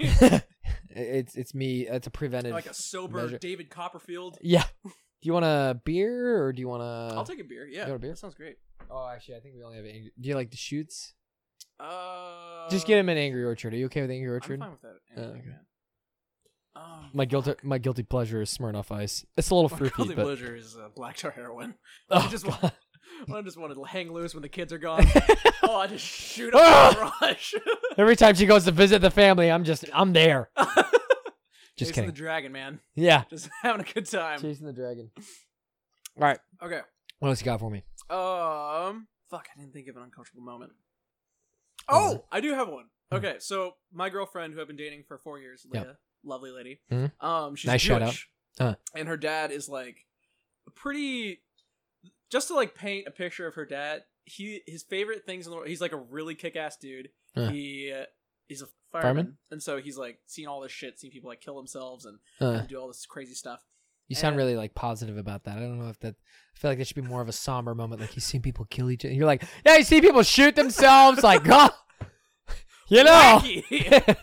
Speaker 1: it's it's me. It's a preventive.
Speaker 2: like a sober
Speaker 1: measure.
Speaker 2: David Copperfield.
Speaker 1: yeah. Do you want a beer or do you want to?
Speaker 2: I'll take a beer. Yeah,
Speaker 1: want a beer?
Speaker 2: that sounds great.
Speaker 1: Oh, actually, I think we only have. Angry. Do you like the shoots?
Speaker 2: Uh,
Speaker 1: Just get him an Angry Orchard. Are you okay with Angry Orchard?
Speaker 2: I'm fine with that. Anyway,
Speaker 1: okay.
Speaker 2: man. Um,
Speaker 1: My guilty my guilty pleasure is Smirnoff Ice. It's a little
Speaker 2: my
Speaker 1: fruity,
Speaker 2: guilty
Speaker 1: but
Speaker 2: pleasure is uh, black tar heroin. I
Speaker 1: oh,
Speaker 2: just
Speaker 1: God.
Speaker 2: want, I just wanted to hang loose when the kids are gone. oh, I just shoot up the
Speaker 1: Ah!
Speaker 2: garage.
Speaker 1: every time she goes to visit the family, I'm just I'm there. Just
Speaker 2: Chasing
Speaker 1: kidding.
Speaker 2: the dragon, man.
Speaker 1: yeah,
Speaker 2: Just having a good time.
Speaker 1: chasing the dragon. All right,
Speaker 2: Okay.
Speaker 1: what else you got for me?
Speaker 2: Um. Fuck, I didn't think of an uncomfortable moment. Oh, I do have one.
Speaker 1: Hmm.
Speaker 2: Okay, so my girlfriend, who I've been dating for four years,
Speaker 1: Yeah.
Speaker 2: Leah, lovely lady.
Speaker 1: Mhm.
Speaker 2: Um, she's
Speaker 1: Nice
Speaker 2: Jewish,
Speaker 1: shout out. Uh.
Speaker 2: and her dad is like a pretty. Just to like paint a picture of her dad, he his favorite things in the world. He's like a really kick ass dude.
Speaker 1: Huh.
Speaker 2: He uh, he's a fireman,
Speaker 1: Fireman?
Speaker 2: and so he's like seen all this shit, seen people like kill themselves and,
Speaker 1: Uh,
Speaker 2: and do all this crazy stuff.
Speaker 1: you sound
Speaker 2: and-
Speaker 1: really like positive about that. I don't know if that. I feel like that should be more of a somber moment. Like you see people kill each other. You're like, yeah, you see people shoot themselves. like, God, you know.
Speaker 2: Wacky!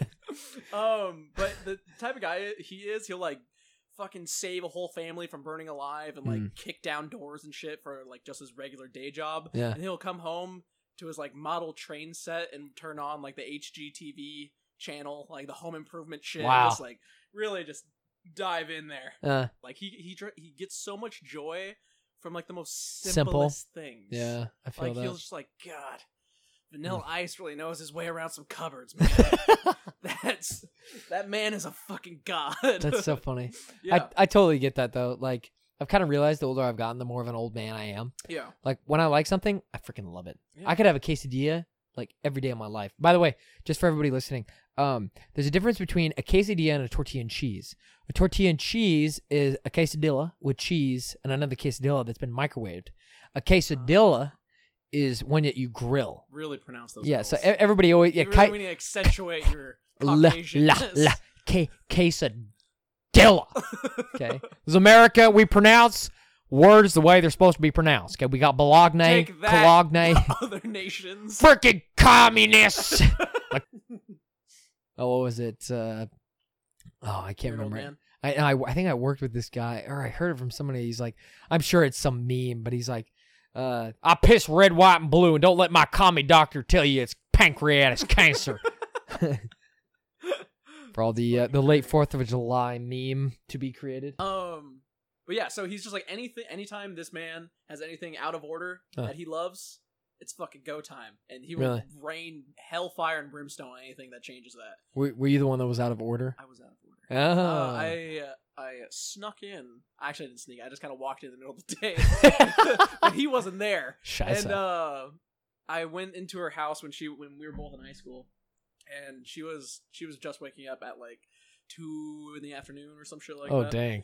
Speaker 2: um, but the type of guy he is, he'll like fucking save a whole family from burning alive and like
Speaker 1: Mm.
Speaker 2: kick down doors and shit for like just his regular day job.
Speaker 1: Yeah.
Speaker 2: And he'll come home to his like model train set and turn on like the HGTV channel, like the home improvement shit. and
Speaker 1: Wow.
Speaker 2: Just like really just dive in there.
Speaker 1: Uh,
Speaker 2: Like he he dr- he gets so much joy from like the most
Speaker 1: Simple.
Speaker 2: simplest things.
Speaker 1: yeah, I feel
Speaker 2: Like
Speaker 1: that. Mm.
Speaker 2: he'll just like God. Vanilla Ice really knows his way around some cupboards, man. That's That man is a fucking god.
Speaker 1: That's so funny.
Speaker 2: yeah,
Speaker 1: I, I totally get that though. Like I've kind of realized the older I've gotten, the more of an old man I am.
Speaker 2: yeah.
Speaker 1: Like when I like something, I freaking love it.
Speaker 2: Yeah.
Speaker 1: I could have a quesadilla like every day of my life. By the way, just for everybody listening, um, there's a difference between a quesadilla and a tortilla and cheese. A tortilla and cheese is a quesadilla with cheese and another quesadilla that's been microwaved. A quesadilla is one that you grill.
Speaker 2: Really pronounce Ah. those.
Speaker 1: Yeah, so e-
Speaker 2: vowels.
Speaker 1: everybody always yeah,
Speaker 2: you really need to accentuate your
Speaker 1: la la
Speaker 2: Caucasian-ness.
Speaker 1: la que, quesadilla. Okay, this is America. We pronounce words the way they're supposed to be pronounced. Okay, we got Bologna,
Speaker 2: Take that,
Speaker 1: Cologne,
Speaker 2: other nations.
Speaker 1: freaking communists. Like- oh, what was it? Uh, oh, I can't
Speaker 2: Your old
Speaker 1: remember.
Speaker 2: man.
Speaker 1: it. I, I I think I worked with this guy, or I heard it from somebody. He's like, I'm sure it's some meme, but he's like, uh, I piss red, white, and blue, and don't let my commie doctor tell you it's pancreatic cancer. For all the uh, the late Fourth of July meme to be created.
Speaker 2: Um, but yeah, so he's just like anything. Anytime this man has anything out of order
Speaker 1: Huh.
Speaker 2: that he loves, it's fucking go time, and he will
Speaker 1: Really?
Speaker 2: rain hellfire and brimstone on anything that changes that.
Speaker 1: Were, were you the one that was out of order?
Speaker 2: I was out of order.
Speaker 1: Oh,
Speaker 2: Uh, I uh, I snuck in. Actually, I didn't sneak. I just kind of walked in the middle of the day, but he wasn't there.
Speaker 1: Scheisse.
Speaker 2: And uh, I went into her house when she when we were both in high school, and she was she was just waking up at like two in the afternoon or some shit like
Speaker 1: oh
Speaker 2: that.
Speaker 1: dang.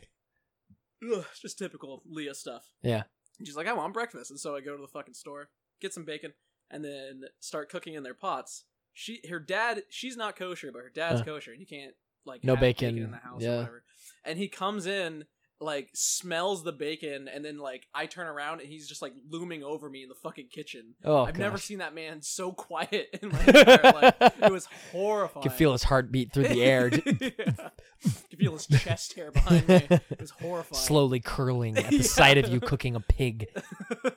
Speaker 2: Ugh, it's just typical Leah stuff.
Speaker 1: Yeah.
Speaker 2: And she's like, I want breakfast, and so I go to the fucking store, get some bacon, and then start cooking in their pots. She, her dad, she's not kosher, but her dad's
Speaker 1: Huh.
Speaker 2: kosher, and you can't like
Speaker 1: No
Speaker 2: have bacon,
Speaker 1: bacon,
Speaker 2: in the house
Speaker 1: yeah.
Speaker 2: or whatever. And he comes in, like smells the bacon, and then like I turn around and he's just like looming over me in the fucking kitchen.
Speaker 1: Oh,
Speaker 2: I've never
Speaker 1: gosh.
Speaker 2: seen that man so quiet in my entire life. It was horrifying.
Speaker 1: You can feel his heartbeat through the air, j-
Speaker 2: yeah. You can feel his chest hair behind me. It was horrifying.
Speaker 1: slowly curling at the sight of you cooking a pig.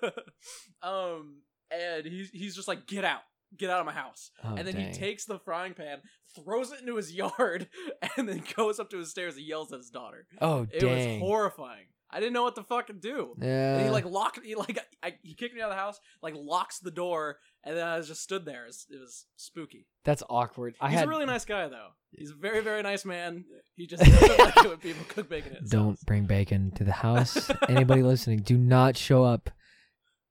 Speaker 2: um, and he's he's just like, get out, get out of my house.
Speaker 1: Oh,
Speaker 2: and then
Speaker 1: dang.
Speaker 2: he takes the frying pan, throws it into his yard, and then goes up to his stairs and yells at his daughter.
Speaker 1: Oh
Speaker 2: It
Speaker 1: dang. Uh.
Speaker 2: was horrifying. I didn't know what to fucking do. And
Speaker 1: Yeah.
Speaker 2: he like locked, he like I, he kicked me out of the house, like locks the door, and then I was just stood there. It was, it was spooky.
Speaker 1: That's awkward. I
Speaker 2: He's
Speaker 1: had
Speaker 2: a really nice guy though. He's a very very nice man. He just doesn't like it when people cook bacon. in his
Speaker 1: don't
Speaker 2: house.
Speaker 1: bring bacon to the house. Anybody listening, do not show up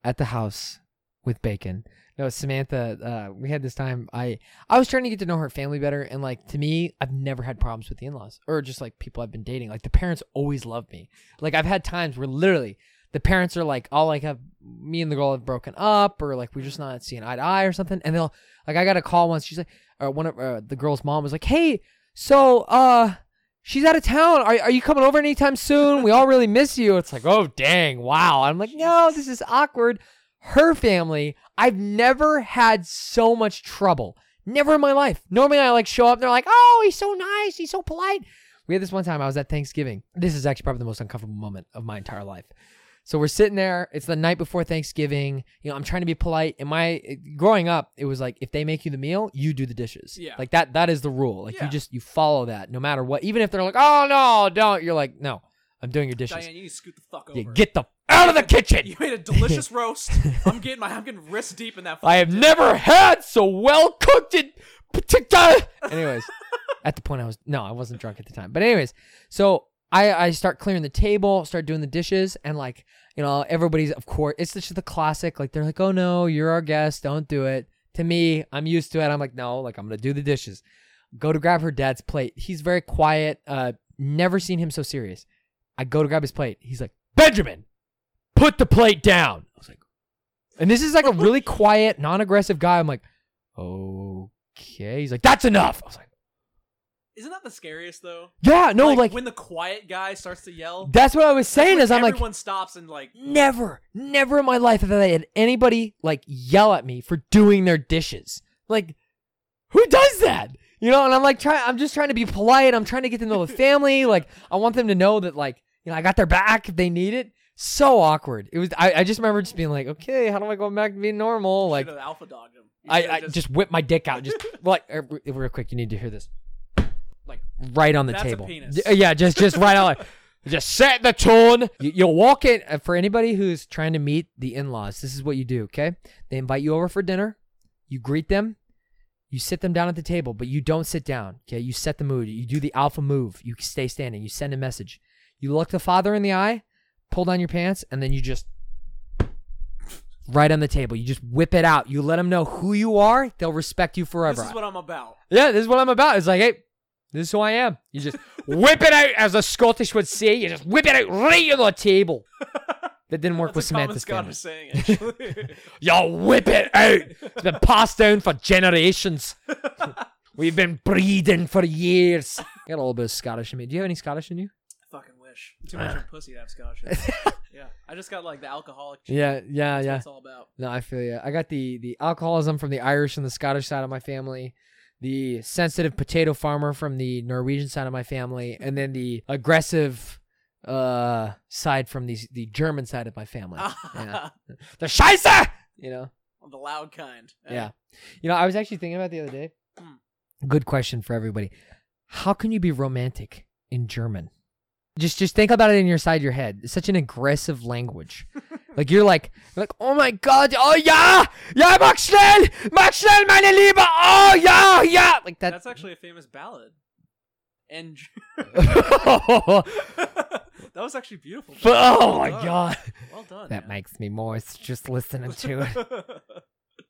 Speaker 1: at the house with bacon. No, Samantha, uh, we had this time. I I was trying to get to know her family better, and like to me, I've never had problems with the in laws or just like people I've been dating. Like the parents always love me. Like I've had times where literally the parents are like, "All like have me and the girl have broken up, or like we're just not seeing eye to eye or something," and they'll like I got a call once. She's like, or one of uh, the girl's mom was like, "Hey, so uh." she's out of town. Are, are you coming over anytime soon? We all really miss you. It's like, oh, dang, wow. I'm like, no, this is awkward. Her family, I've never had so much trouble. Never in my life. Normally, I like show up and they're like, oh, he's so nice. He's so polite. We had this one time, I was at Thanksgiving. This is actually probably the most uncomfortable moment of my entire life. So we're sitting there. It's the night before Thanksgiving. You know, I'm trying to be polite. And my growing up, it was like if they make you the meal, you do the dishes.
Speaker 2: Yeah.
Speaker 1: Like that. That is the rule. Like
Speaker 2: Yeah.
Speaker 1: you just you follow that no matter what. Even if they're like, oh no, don't. You're like, no, I'm doing your dishes.
Speaker 2: Diane, you need to scoot the fuck over.
Speaker 1: Yeah, get the f- out of the kitchen.
Speaker 2: You made a delicious roast. I'm getting my I'm getting wrist deep in that.
Speaker 1: I have never had so well cooked it. particular- Anyways, at the point I was no, I wasn't drunk at the time. But anyways, so I I start clearing the table, start doing the dishes, and like you know everybody's of course it's just the classic like they're like oh no you're our guest don't do it. To me, I'm used to it. I'm like no, like I'm gonna do the dishes. Go to grab her dad's plate. He's very quiet. Uh, never seen him so serious. I go to grab his plate. He's like Benjamin, put the plate down. I was like, and this is like a really quiet, non-aggressive guy. I'm like, okay. He's like, that's enough. I was like.
Speaker 2: Isn't that the scariest though?
Speaker 1: Yeah, no, like,
Speaker 2: when the quiet guy starts to yell.
Speaker 1: that's what I was saying.
Speaker 2: when
Speaker 1: Is I'm like,
Speaker 2: everyone stops and like
Speaker 1: never, never in my life have I had anybody like yell at me for doing their dishes. Like, who does that? You know, and I'm like, trying. I'm just trying to be polite. I'm trying to get to know the family. Like, I want them to know that, like, you know, I got their back if they need it. So awkward. It was. I, I just remember just being like, okay, how do I go back to being normal? Like,
Speaker 2: should've alpha dogged him. You
Speaker 1: I,
Speaker 2: should've
Speaker 1: I just whip my dick out. Just like er, re- real quick, you need to hear this. Like right on the
Speaker 2: That's a
Speaker 1: table.
Speaker 2: penis.
Speaker 1: D- Yeah, just just right on. Like, just set the tone. You, you'll walk in. uh, For anybody who's trying to meet the in-laws, this is what you do. Okay, they invite you over for dinner. You greet them. You sit them down at the table, but you don't sit down. Okay, you set the mood. You do the alpha move. You stay standing. You send a message. You look the father in the eye, pull down your pants, and then you just right on the table. You just whip it out. You let them know who you are. They'll respect you forever.
Speaker 2: This is what I'm about.
Speaker 1: yeah, this is what I'm about. It's like, hey, this is who I am. You just whip it out, as the Scottish would say. You just whip it out right on the table. That didn't work with
Speaker 2: That's a
Speaker 1: Samantha
Speaker 2: common Scottish
Speaker 1: Spanish.
Speaker 2: saying, actually.
Speaker 1: Y'all whip it out. It's been passed down for generations. We've been breeding for years. Got a little bit of Scottish in me. Do you have any Scottish in you?
Speaker 2: Fucking wish. Too much of a pussy to have Scottish. yeah, I just got like the alcoholic. gene.
Speaker 1: Yeah, yeah,
Speaker 2: That's what
Speaker 1: yeah.
Speaker 2: it's all about.
Speaker 1: No, I feel you. I got the the alcoholism from the Irish and the Scottish side of my family, the sensitive potato farmer from the Norwegian side of my family, and then the aggressive uh side from the the German side of my family. yeah. The Scheiße, you know.
Speaker 2: the loud kind.
Speaker 1: Yeah. You know, I was actually thinking about it the other day.
Speaker 2: Hmm.
Speaker 1: Good question for everybody. How can you be romantic in German? Just just think about it in your side of your head. It's such an aggressive language. like you're like like oh my god, oh yeah, yeah, mach schnell, mach schnell, meine Liebe, oh yeah, yeah, like that.
Speaker 2: That's actually a famous ballad. And
Speaker 1: oh
Speaker 2: that was actually beautiful.
Speaker 1: my
Speaker 2: Well done.
Speaker 1: god,
Speaker 2: Well done.
Speaker 1: that
Speaker 2: man.
Speaker 1: makes me moist just listening to it.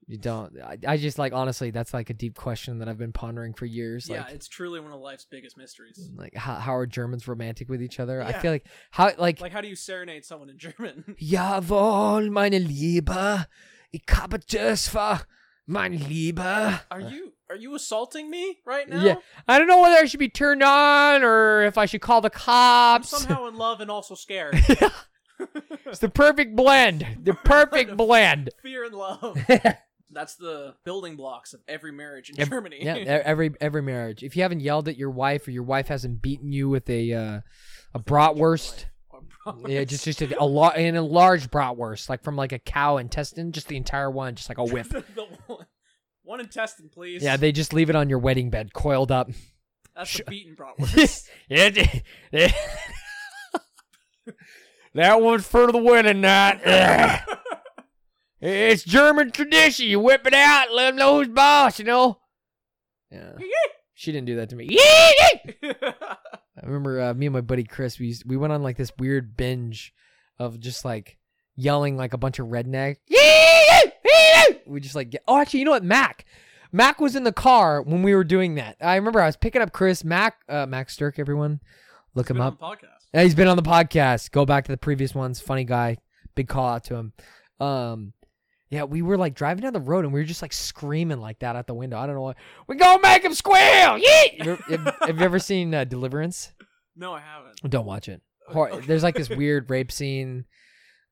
Speaker 1: You don't. I, I just like honestly, that's like a deep question that I've been pondering for years.
Speaker 2: yeah,
Speaker 1: like, Mm.
Speaker 2: it's truly one of life's biggest mysteries.
Speaker 1: like how, how are Germans romantic with each other? I
Speaker 2: Yeah.
Speaker 1: feel like how like,
Speaker 2: Like, how do you serenade someone in German?
Speaker 1: Jawohl, meine Liebe, ich habe das für mein Liebe.
Speaker 2: Are you are you assaulting me right now?
Speaker 1: Uh. Yeah, I don't know whether I should be turned on or if I should call the
Speaker 2: I'm
Speaker 1: cops.
Speaker 2: somehow in love and also scared.
Speaker 1: it's the perfect blend. The perfect blend.
Speaker 2: Fear and love. That's the building blocks of every marriage in
Speaker 1: Ev-
Speaker 2: Germany.
Speaker 1: Yeah, e- every every marriage. If you haven't yelled at your wife or your wife hasn't beaten you with a uh, a bratwurst,
Speaker 2: Or probably-
Speaker 1: yeah, just just a, a lot an enlarged bratwurst, like from like a cow intestine, just the entire one, just like a whip.
Speaker 2: the one, one intestine, please.
Speaker 1: Yeah, they just leave it on your wedding bed, coiled up.
Speaker 2: That's the beaten bratwurst.
Speaker 1: It- it- that one's for the wedding night. Ugh. it's German tradition. You whip it out, let them know who's boss. You know. Yeah. She didn't do that to me. I remember uh, me and my buddy Chris. We used, we went on like this weird binge of just like yelling like a bunch of redneck. We just like get, oh, actually, you know what, Mac. Mac was in the car when we were doing that. I remember I was picking up Chris, Mac, uh, Mac Stirk. Everyone, look him
Speaker 2: Been on
Speaker 1: up.
Speaker 2: the podcast.
Speaker 1: Yeah, he's been on the podcast. Go back to the previous ones. Funny guy. Big call out to him. Um, yeah, we were like driving down the road and we were just like screaming like that out the window. I don't know why. We gonna make him squeal. Yeet! You ever- have, have you ever seen uh, Deliverance?
Speaker 2: No, I haven't.
Speaker 1: Don't watch it. Hor-
Speaker 2: Uh, Okay.
Speaker 1: There's like this weird rape scene.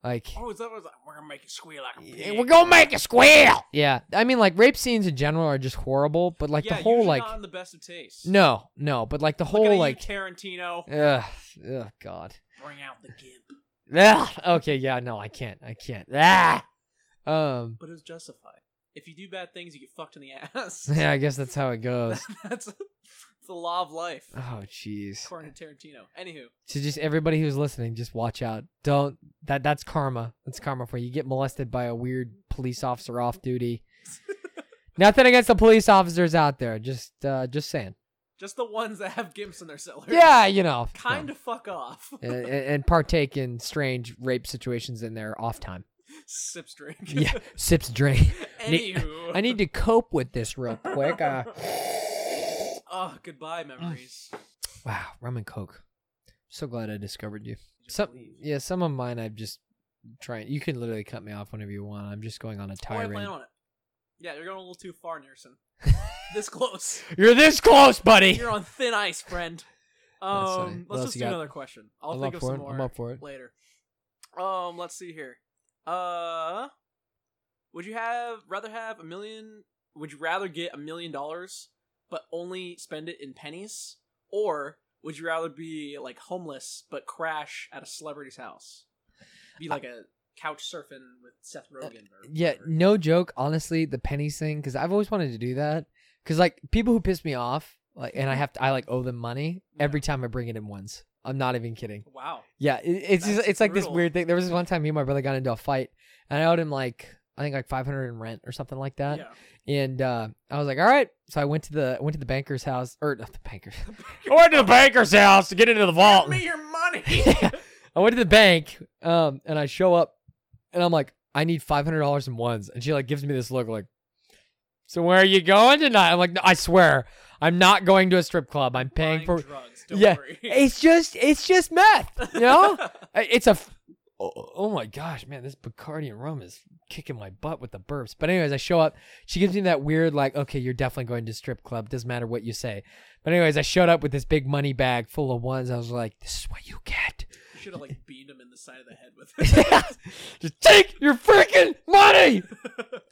Speaker 1: Like
Speaker 2: Oh, is that was like, we're gonna make it squeal like a
Speaker 1: "Yeah,
Speaker 2: pig.
Speaker 1: we're gonna make him squeal. Yeah, I mean like rape scenes in general are just horrible. But like
Speaker 2: yeah,
Speaker 1: the whole
Speaker 2: usually
Speaker 1: like
Speaker 2: not in the best of taste.
Speaker 1: no no, but like the
Speaker 2: Looking at
Speaker 1: whole
Speaker 2: you,
Speaker 1: like
Speaker 2: Tarantino.
Speaker 1: ugh, ugh god.
Speaker 2: Bring out the gimp,
Speaker 1: Ah, okay, yeah, no, I can't. I can't. Ah. Um
Speaker 2: but it's justified. If you do bad things, you get fucked in the ass.
Speaker 1: yeah, I guess that's how it goes.
Speaker 2: that's it's the law of life,
Speaker 1: Oh jeez.
Speaker 2: according to Tarantino. Anywho,
Speaker 1: So just everybody who's listening, just watch out. Don't that that's karma. That's karma for you. You get molested by a weird police officer off duty. Nothing against the police officers out there. Just uh just saying.
Speaker 2: just the ones that have gimps in their cellar.
Speaker 1: Yeah, you know.
Speaker 2: kind of fuck off.
Speaker 1: and, and- and partake in strange rape situations in their off time.
Speaker 2: Sips drink.
Speaker 1: Yeah, sips drink. Ne-
Speaker 2: Anywho,
Speaker 1: I need to cope with this real quick. Uh,
Speaker 2: oh, goodbye memories.
Speaker 1: Wow, rum and coke. So glad I discovered you.
Speaker 2: Just
Speaker 1: Some,
Speaker 2: leave.
Speaker 1: yeah, some of mine I've just trying. You can literally cut me off whenever you want. I'm just going on a
Speaker 2: Oh, I
Speaker 1: tirade.
Speaker 2: plan on it. Yeah, you're going a little too far, Nerson. this close.
Speaker 1: You're this close, buddy.
Speaker 2: You're on thin ice, friend.
Speaker 1: That's funny.
Speaker 2: Um,
Speaker 1: What
Speaker 2: let's
Speaker 1: else
Speaker 2: just
Speaker 1: you
Speaker 2: do
Speaker 1: got?
Speaker 2: another question. I'll
Speaker 1: I'm
Speaker 2: think
Speaker 1: up
Speaker 2: of
Speaker 1: for
Speaker 2: some
Speaker 1: it.
Speaker 2: more
Speaker 1: I'm up for it.
Speaker 2: later. Um, let's see here. Uh, would you have rather have a million? Would you rather get a million dollars but only spend it in pennies, or would you rather be like homeless but crash at a celebrity's house, be like a couch surfing with Seth Rogen? Or
Speaker 1: Uh, Yeah,
Speaker 2: whatever.
Speaker 1: no joke. Honestly, the pennies thing, because I've always wanted to do that. Because like people who piss me off, like, and I have to, I like owe them money every time I bring it in once. I'm not even kidding.
Speaker 2: Wow.
Speaker 1: Yeah, it, it's just,
Speaker 2: That's
Speaker 1: it's like this
Speaker 2: brutal.
Speaker 1: weird thing. There was this one time me and my brother got into a fight, and I owed him like I think like 500 in rent or something like that.
Speaker 2: Yeah.
Speaker 1: And uh, I was like, all right. So I went to the went to the banker's house or not the banker's. I went to the banker's house to get into the vault.
Speaker 2: Give me your money.
Speaker 1: I went to the bank, um, and I show up, and I'm like, I need five hundred dollars in ones, and she like gives me this look, like, so where are you going tonight? I'm like, no, I swear, I'm not going to a strip club. I'm paying
Speaker 2: Buying
Speaker 1: for.
Speaker 2: drugs. Don't
Speaker 1: Yeah.
Speaker 2: worry.
Speaker 1: It's just, it's just meth, you know. I- it's a. f- Oh, oh my gosh, man, this Bacardi and rum is kicking my butt with the burps. But anyways, I show up. She gives me that weird like, okay, you're definitely going to strip club. Doesn't matter what you say. But anyways, I showed up with this big money bag full of ones. I was like, this is what you get.
Speaker 2: You should have like beamed him in the side of the head with it.
Speaker 1: Just take your freaking money.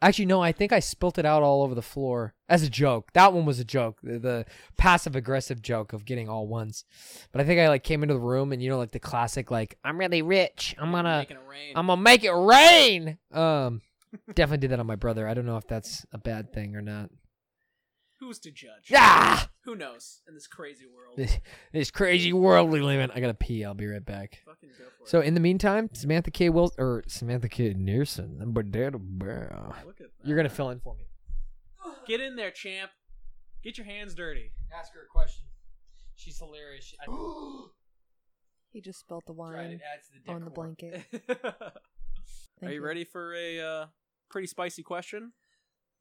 Speaker 1: Actually, no, I think I spilt it out all over the floor as a joke. That one was a joke, the, the passive aggressive joke of getting all ones. But I think I like came into the room and you know like the classic like I'm really rich. I'm gonna
Speaker 2: Making it rain.
Speaker 1: I'm gonna make it rain. Um, definitely did that on my brother. I don't know if that's a bad thing or not.
Speaker 2: Who's to judge?
Speaker 1: Yeah,
Speaker 2: Who knows? In this crazy world.
Speaker 1: this, this crazy world we live in. I gotta pee. I'll be right back.
Speaker 2: Fucking go for
Speaker 1: So in the meantime, Samantha K. Wilson or Samantha K. Nearson, but bear.
Speaker 2: it. Look at that.
Speaker 1: You're gonna fill in for me.
Speaker 2: Get in there, champ. Get your hands dirty.
Speaker 1: Ask her a question. She's hilarious. She, I
Speaker 3: He just spilled the
Speaker 1: tried
Speaker 3: wine
Speaker 1: it. Adds to the
Speaker 3: on the
Speaker 1: decor.
Speaker 3: blanket.
Speaker 2: Are
Speaker 3: Thank
Speaker 2: you ready for a uh, pretty spicy question?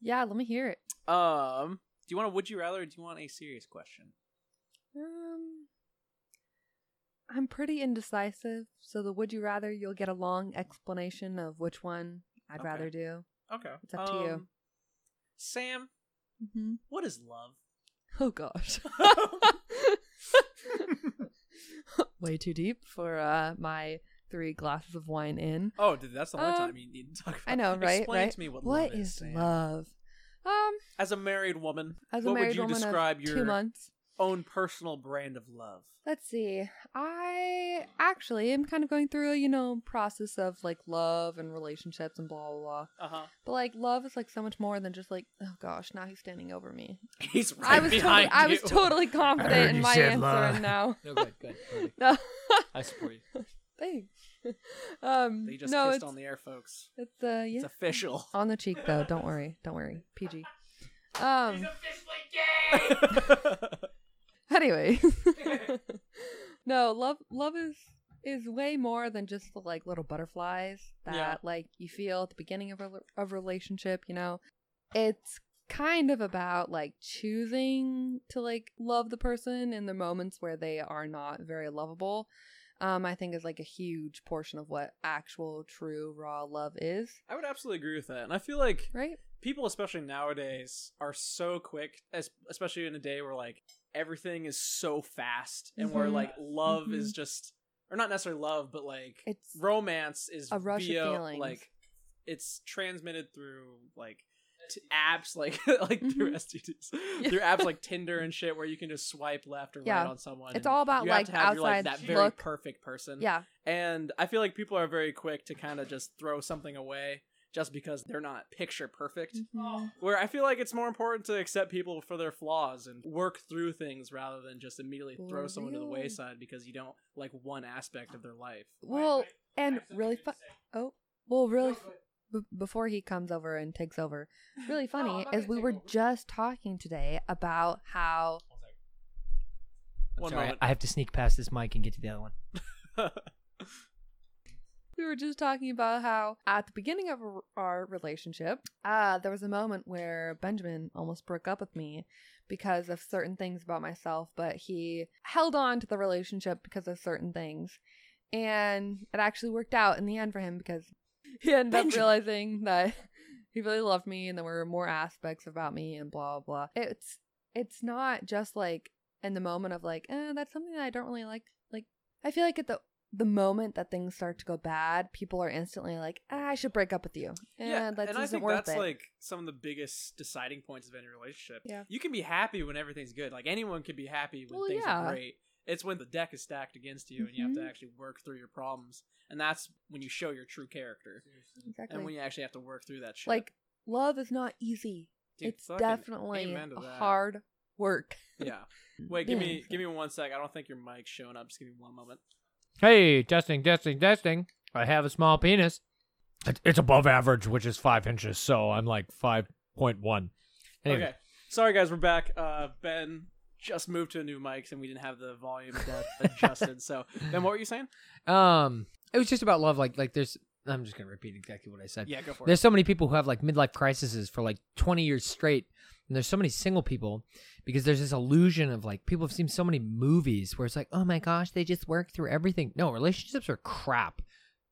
Speaker 3: Yeah, let me hear it.
Speaker 2: Um, do you want a would you rather or do you want a serious question?
Speaker 3: Um, I'm pretty indecisive, so the would you rather you'll get a long explanation of which one I'd
Speaker 2: Okay.
Speaker 3: rather do.
Speaker 2: Okay. Um,
Speaker 3: It's up to you.
Speaker 2: Sam,
Speaker 3: Mm-hmm.
Speaker 2: what is love?
Speaker 3: Oh gosh. Way too deep for uh, my three glasses of wine in.
Speaker 2: Oh, dude, that's the one
Speaker 3: Um,
Speaker 2: time you need to talk about
Speaker 3: I know, right?
Speaker 2: Explain
Speaker 3: right?
Speaker 2: to me what,
Speaker 3: What
Speaker 2: love is.
Speaker 3: is
Speaker 2: Sam.
Speaker 3: love? Um,
Speaker 2: As a married woman,
Speaker 3: as a
Speaker 2: what
Speaker 3: married
Speaker 2: would you
Speaker 3: woman
Speaker 2: describe
Speaker 3: of
Speaker 2: your
Speaker 3: two months.
Speaker 2: own personal brand of love?
Speaker 3: Let's see. I actually am kind of going through a you know process of like love and relationships and blah blah blah.
Speaker 2: Uh huh.
Speaker 3: But like love is like so much more than just like oh gosh now he's standing over me.
Speaker 2: He's
Speaker 3: I
Speaker 2: right
Speaker 3: was totally,
Speaker 2: behind
Speaker 3: I was
Speaker 2: you.
Speaker 3: totally confident in
Speaker 1: you
Speaker 3: my
Speaker 1: said
Speaker 3: answer
Speaker 1: love.
Speaker 3: and now.
Speaker 1: No, good, good. perfect.
Speaker 3: No.
Speaker 1: I support you.
Speaker 3: Thanks. Um,
Speaker 2: They just
Speaker 3: no,
Speaker 2: kissed
Speaker 3: it's,
Speaker 2: on the air, folks.
Speaker 3: it's uh, yeah.
Speaker 2: It's official.
Speaker 3: on the cheek though. Don't worry. Don't worry. PG. Um. Anyway. no, love. Love is is way more than just the like little butterflies that
Speaker 2: Yeah.
Speaker 3: like you feel at the beginning of a of relationship. You know, it's kind of about like choosing to like love the person in the moments where they are not very lovable. Um, I think is like a huge portion of what actual true raw love is,
Speaker 2: I would absolutely agree with that, and I feel like
Speaker 3: right?
Speaker 2: people, especially nowadays, are so quick, as, especially in a day where like everything is so fast, and where
Speaker 3: Mhm.
Speaker 2: like love is just, or not necessarily love, but like
Speaker 3: Mm-hmm. It's
Speaker 2: romance is
Speaker 3: A rush of
Speaker 2: via,
Speaker 3: feelings.
Speaker 2: Like it's transmitted through like t- apps, like like through
Speaker 3: Mhm.
Speaker 2: STDs,
Speaker 3: Yeah.
Speaker 2: through apps like Tinder and shit, where you can just swipe left or
Speaker 3: Yeah.
Speaker 2: right on someone.
Speaker 3: It's
Speaker 2: and
Speaker 3: all about,
Speaker 2: you have
Speaker 3: like,
Speaker 2: to have your, like,
Speaker 3: outside
Speaker 2: that very
Speaker 3: look.
Speaker 2: perfect person.
Speaker 3: yeah.
Speaker 2: And I feel like people are very quick to kind of just throw something away just because they're not picture perfect.
Speaker 3: Mhm.
Speaker 2: Where I feel like it's more important to accept people for their flaws and work through things rather than just immediately
Speaker 3: For
Speaker 2: throw someone to the
Speaker 3: real.
Speaker 2: wayside because you don't like one aspect of their life.
Speaker 3: Well, and really fun. Oh, well, really. F- b- before he comes over and takes over, really funny is we were just talking today about how
Speaker 2: One
Speaker 1: Sorry,
Speaker 2: moment.
Speaker 1: I have to sneak past this mic and get to the other one.
Speaker 3: we were just talking about how at the beginning of our- our relationship, uh, there was a moment where Benjamin almost broke up with me because of certain things about myself, but he held on to the relationship because of certain things. And it actually worked out in the end for him because he ended
Speaker 2: Benjamin.
Speaker 3: up realizing that he really loved me and there were more aspects about me and blah blah. blah. It's it's not just like in the moment of like, eh, that's something that I don't really like. Like I feel like at the the moment that things start to go bad, people are instantly like, ah, I should break up with you. And
Speaker 2: yeah,
Speaker 3: that
Speaker 2: and I
Speaker 3: isn't
Speaker 2: think
Speaker 3: worth
Speaker 2: that's
Speaker 3: it.
Speaker 2: like some of the biggest deciding points of any relationship.
Speaker 3: Yeah.
Speaker 2: You can be happy when everything's good. Like anyone can be happy when
Speaker 3: Well,
Speaker 2: things
Speaker 3: yeah. Mm-hmm.
Speaker 2: are great. It's when the deck is stacked against you and you have to actually work through your problems. And that's when you show your true character.
Speaker 3: exactly.
Speaker 2: And when you actually have to work through that shit.
Speaker 3: like love is not easy.
Speaker 2: Dude,
Speaker 3: it's
Speaker 2: fucking
Speaker 3: definitely
Speaker 2: amen to that.
Speaker 3: hard work.
Speaker 2: Yeah. Wait, give
Speaker 3: Yeah.
Speaker 2: me give me one sec. I don't think your mic's showing up. Just give me one moment.
Speaker 1: Hey, testing, testing, testing. I have a small penis. "It- It's above average, which is five inches. So I'm like 5.1. Anyway,
Speaker 2: Okay. Sorry, guys, we're back. Uh, ben just moved to new mics, and we didn't have the volume down adjusted. So, Ben, what were you saying?
Speaker 1: Um, it was just about love. Like, like there's. I'm just gonna repeat exactly what I said.
Speaker 2: Yeah, go for
Speaker 1: There's so many people who have like midlife crises for like 20 years straight, and there's so many single people because there's this illusion of like people have seen so many movies where it's like, oh my gosh, they just work through everything. No, relationships are crap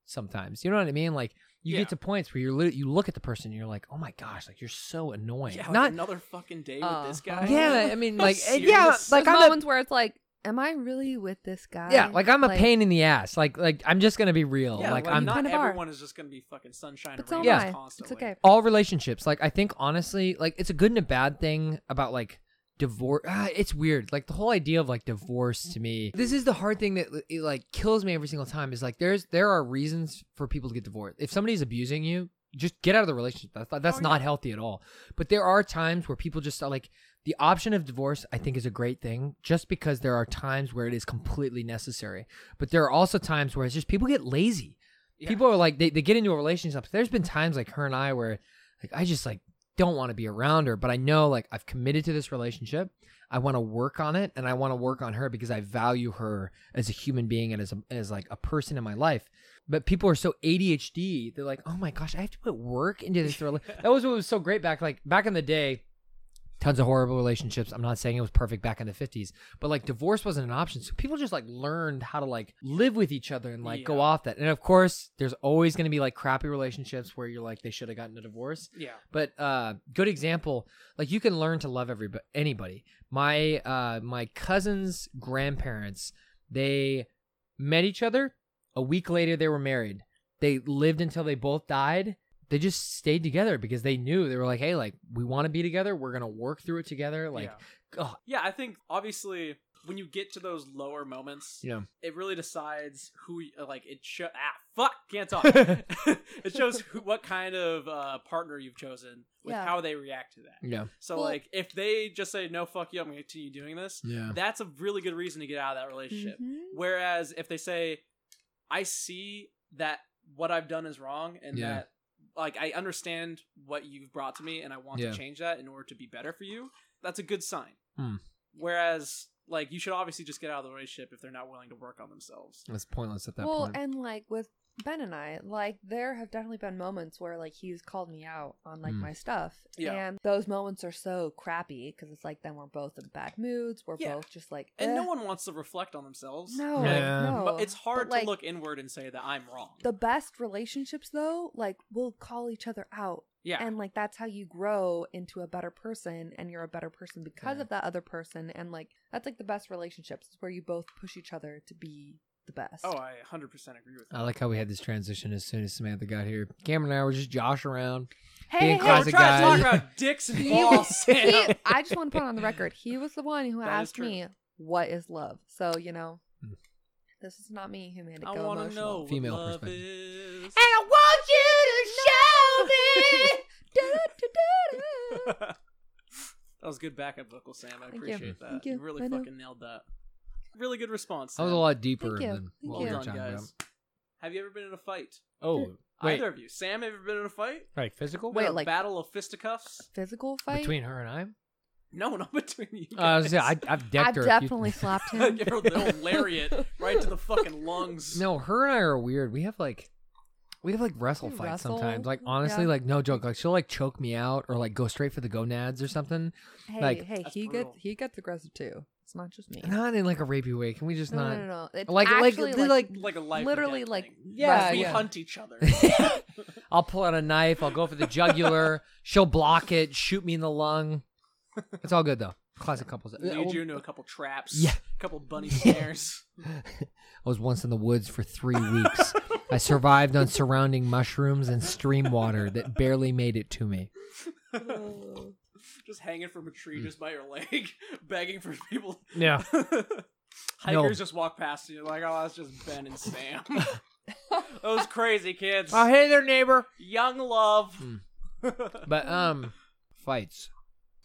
Speaker 1: sometimes. You know what I mean? Like you
Speaker 2: Yeah.
Speaker 1: get to points where you're lit- you look at the person, and you're like, oh my gosh, like you're so
Speaker 2: it.
Speaker 1: annoying.
Speaker 2: Yeah, like,
Speaker 1: Not
Speaker 2: another fucking day
Speaker 3: Uh,
Speaker 2: with this guy.
Speaker 1: yeah, I mean like eh,
Speaker 2: Serious?
Speaker 1: yeah, like
Speaker 3: Like
Speaker 1: I'm a,
Speaker 3: moments where it's like, am I really with this guy?
Speaker 1: yeah, like I'm a pain in the ass. Like like I'm just gonna be real.
Speaker 2: Yeah,
Speaker 1: like I'm
Speaker 2: not
Speaker 3: Kind of are.
Speaker 2: everyone is just gonna be fucking sunshine
Speaker 3: But so
Speaker 2: and
Speaker 3: am
Speaker 1: Yeah.
Speaker 2: rainbows
Speaker 3: I. It's
Speaker 2: constantly.
Speaker 3: okay.
Speaker 1: all relationships like i think honestly like it's a good and a bad thing about like divorce ah, it's weird like the whole idea of like divorce to me this is the hard thing that it, like kills me every single time is like there's there are reasons for people to get divorced if somebody's abusing you just get out of the relationship that's, that's
Speaker 2: Oh,
Speaker 1: not healthy at all but there are times where people just are like the option of divorce i think is a great thing just because there are times where it is completely necessary but there are also times where it's just people get lazy
Speaker 2: Yeah.
Speaker 1: people are like they, they get into a relationship there's been times like her and i where like i just like don't want to be around her but i know like i've committed to this relationship i want to work on it and i want to work on her because i value her as a human being and as a, as like a person in my life but people are so adhd they're like oh my gosh i have to put work into this relationship that was what was so great back like back in the day tons of horrible relationships. I'm not saying it was perfect back in the 50s, but like divorce wasn't an option. So people just like learned how to like live with each other and like go
Speaker 2: Yeah.
Speaker 1: off that. And of course, there's always going to be like crappy relationships where you're like they should have gotten a divorce.
Speaker 2: Yeah.
Speaker 1: But uh good example, like you can learn to love everybody anybody. My uh my cousin's grandparents, they met each other. A week later they were married. They lived until they both died. They just stayed together because they knew they were like, hey, like we want to be together. We're gonna work through it together. Like,
Speaker 2: yeah.
Speaker 1: ugh.
Speaker 2: yeah, I think obviously when you get to those lower moments,
Speaker 1: you know,
Speaker 2: it really decides who you- like it show ah fuck can't talk it shows who, what kind of uh, partner you've chosen with
Speaker 3: Yeah.
Speaker 2: how they react to that
Speaker 1: yeah,
Speaker 2: so
Speaker 3: Well-
Speaker 2: like if they just say no fuck you i'm gonna continue doing this
Speaker 1: yeah,
Speaker 2: that's a really good reason to get out of that relationship
Speaker 3: Mhm.
Speaker 2: whereas if they say i see that what i've done is wrong and
Speaker 1: Yeah.
Speaker 2: that like i understand what you've brought to me and i want
Speaker 1: Yeah.
Speaker 2: to change that in order to be better for you that's a good sign
Speaker 1: Hmm.
Speaker 2: whereas like you should obviously just get out of the relationship if they're not willing to work on themselves
Speaker 1: that's pointless at that
Speaker 3: well,
Speaker 1: point.
Speaker 3: and like with Ben and I, like there have definitely been moments where like he's called me out on like
Speaker 1: Mm.
Speaker 3: my stuff,
Speaker 2: Yeah.
Speaker 3: and those moments are so crappy because it's like then we're both in bad moods, we're
Speaker 2: Yeah.
Speaker 3: both just like,
Speaker 2: and no
Speaker 3: "Eh,
Speaker 2: one wants to reflect on themselves
Speaker 3: no,
Speaker 1: Yeah.
Speaker 3: no.
Speaker 2: but it's hard
Speaker 3: But, like,
Speaker 2: to look inward and say that i'm wrong
Speaker 3: The best relationships, though, like we'll call each other out,
Speaker 2: yeah
Speaker 3: and like that's how you grow into a better person, and you're a better person because
Speaker 1: Yeah.
Speaker 3: of that other person, and like that's like the best relationships is where you both push each other to be the best.
Speaker 2: oh i 100% agree with that
Speaker 1: I like how we had this transition as soon as Samantha got here. Cameron and I were just josh around.
Speaker 3: hey,
Speaker 1: being
Speaker 3: hey,
Speaker 2: yeah,
Speaker 3: hey,
Speaker 2: we're
Speaker 1: closet
Speaker 2: trying to talk
Speaker 1: guy.
Speaker 2: about dicks and
Speaker 3: He
Speaker 2: balls
Speaker 3: he,
Speaker 2: Sam.
Speaker 3: I just want to put on the record. He was the one who
Speaker 2: That is
Speaker 3: asked
Speaker 2: true.
Speaker 3: me what is love. So you know,
Speaker 1: Hmm.
Speaker 3: this is not me who made it
Speaker 2: i
Speaker 3: go
Speaker 2: want to know
Speaker 3: emotional.
Speaker 2: what
Speaker 1: Female
Speaker 2: love
Speaker 1: perspective.
Speaker 2: is
Speaker 3: I want you to show me. Da-da-da-da.
Speaker 2: that was good backup vocal sam i
Speaker 3: Thank you.
Speaker 2: appreciate that
Speaker 3: Thank you.
Speaker 2: you really
Speaker 3: I know.
Speaker 2: fucking nailed that really good response
Speaker 1: That was a
Speaker 2: Sam.
Speaker 1: lot deeper
Speaker 3: Thank you.
Speaker 1: than what
Speaker 3: Thank
Speaker 1: we
Speaker 2: well
Speaker 1: were
Speaker 3: you.
Speaker 2: done
Speaker 1: talking about.
Speaker 2: guys have you ever been in a fight
Speaker 1: Oh, wait,
Speaker 2: either of you sam have you ever been in a fight
Speaker 1: right, physical.
Speaker 3: Wait,
Speaker 2: a
Speaker 3: like-
Speaker 2: battle of fisticuffs
Speaker 3: Physical fight.
Speaker 1: between her and I.
Speaker 2: no not between you
Speaker 1: Uh, I was gonna say,
Speaker 2: guys.
Speaker 1: I, I've decked
Speaker 3: I've
Speaker 1: her. a few-
Speaker 3: definitely slapped him.
Speaker 2: Give her the old lariat right to the fucking lungs.
Speaker 1: No, her and I are weird. We have like we have like wrestle
Speaker 3: We
Speaker 1: fights
Speaker 3: wrestle,
Speaker 1: sometimes. Like honestly,
Speaker 3: yeah.
Speaker 1: like no joke. Like she'll like choke me out or like go straight for the gonads or something.
Speaker 3: Hey,
Speaker 1: Like-
Speaker 3: hey,
Speaker 2: That's
Speaker 3: he
Speaker 2: brutal.
Speaker 3: gets he gets aggressive too. It's not just me. No,
Speaker 1: Not in like a rapey way. Can we just
Speaker 3: no,
Speaker 1: not?
Speaker 3: no, no. It's
Speaker 1: Like- like,
Speaker 3: actually,
Speaker 1: they're
Speaker 3: like,
Speaker 1: like-
Speaker 2: like a life
Speaker 3: literally,
Speaker 2: or death
Speaker 3: like,
Speaker 2: thing.
Speaker 1: Yeah,
Speaker 2: we
Speaker 1: yeah.
Speaker 2: hunt each other.
Speaker 1: I'll pull out a knife. I'll go for the jugular. she'll block it. Shoot me in the lung. It's all good though. Classic couples. Uh,
Speaker 2: Lead you into a couple traps.
Speaker 1: Yeah.
Speaker 2: a couple bunny snares.
Speaker 1: I was once in the woods for three weeks. I survived on surrounding mushrooms and stream water that barely made it to me.
Speaker 2: just hanging from a tree just by your leg, begging for people.
Speaker 1: Yeah.
Speaker 2: Hikers just walk past you like, oh, that's just Ben and Sam. Those crazy kids.
Speaker 1: Oh, hey there, neighbor.
Speaker 2: Young love.
Speaker 1: But um, fights.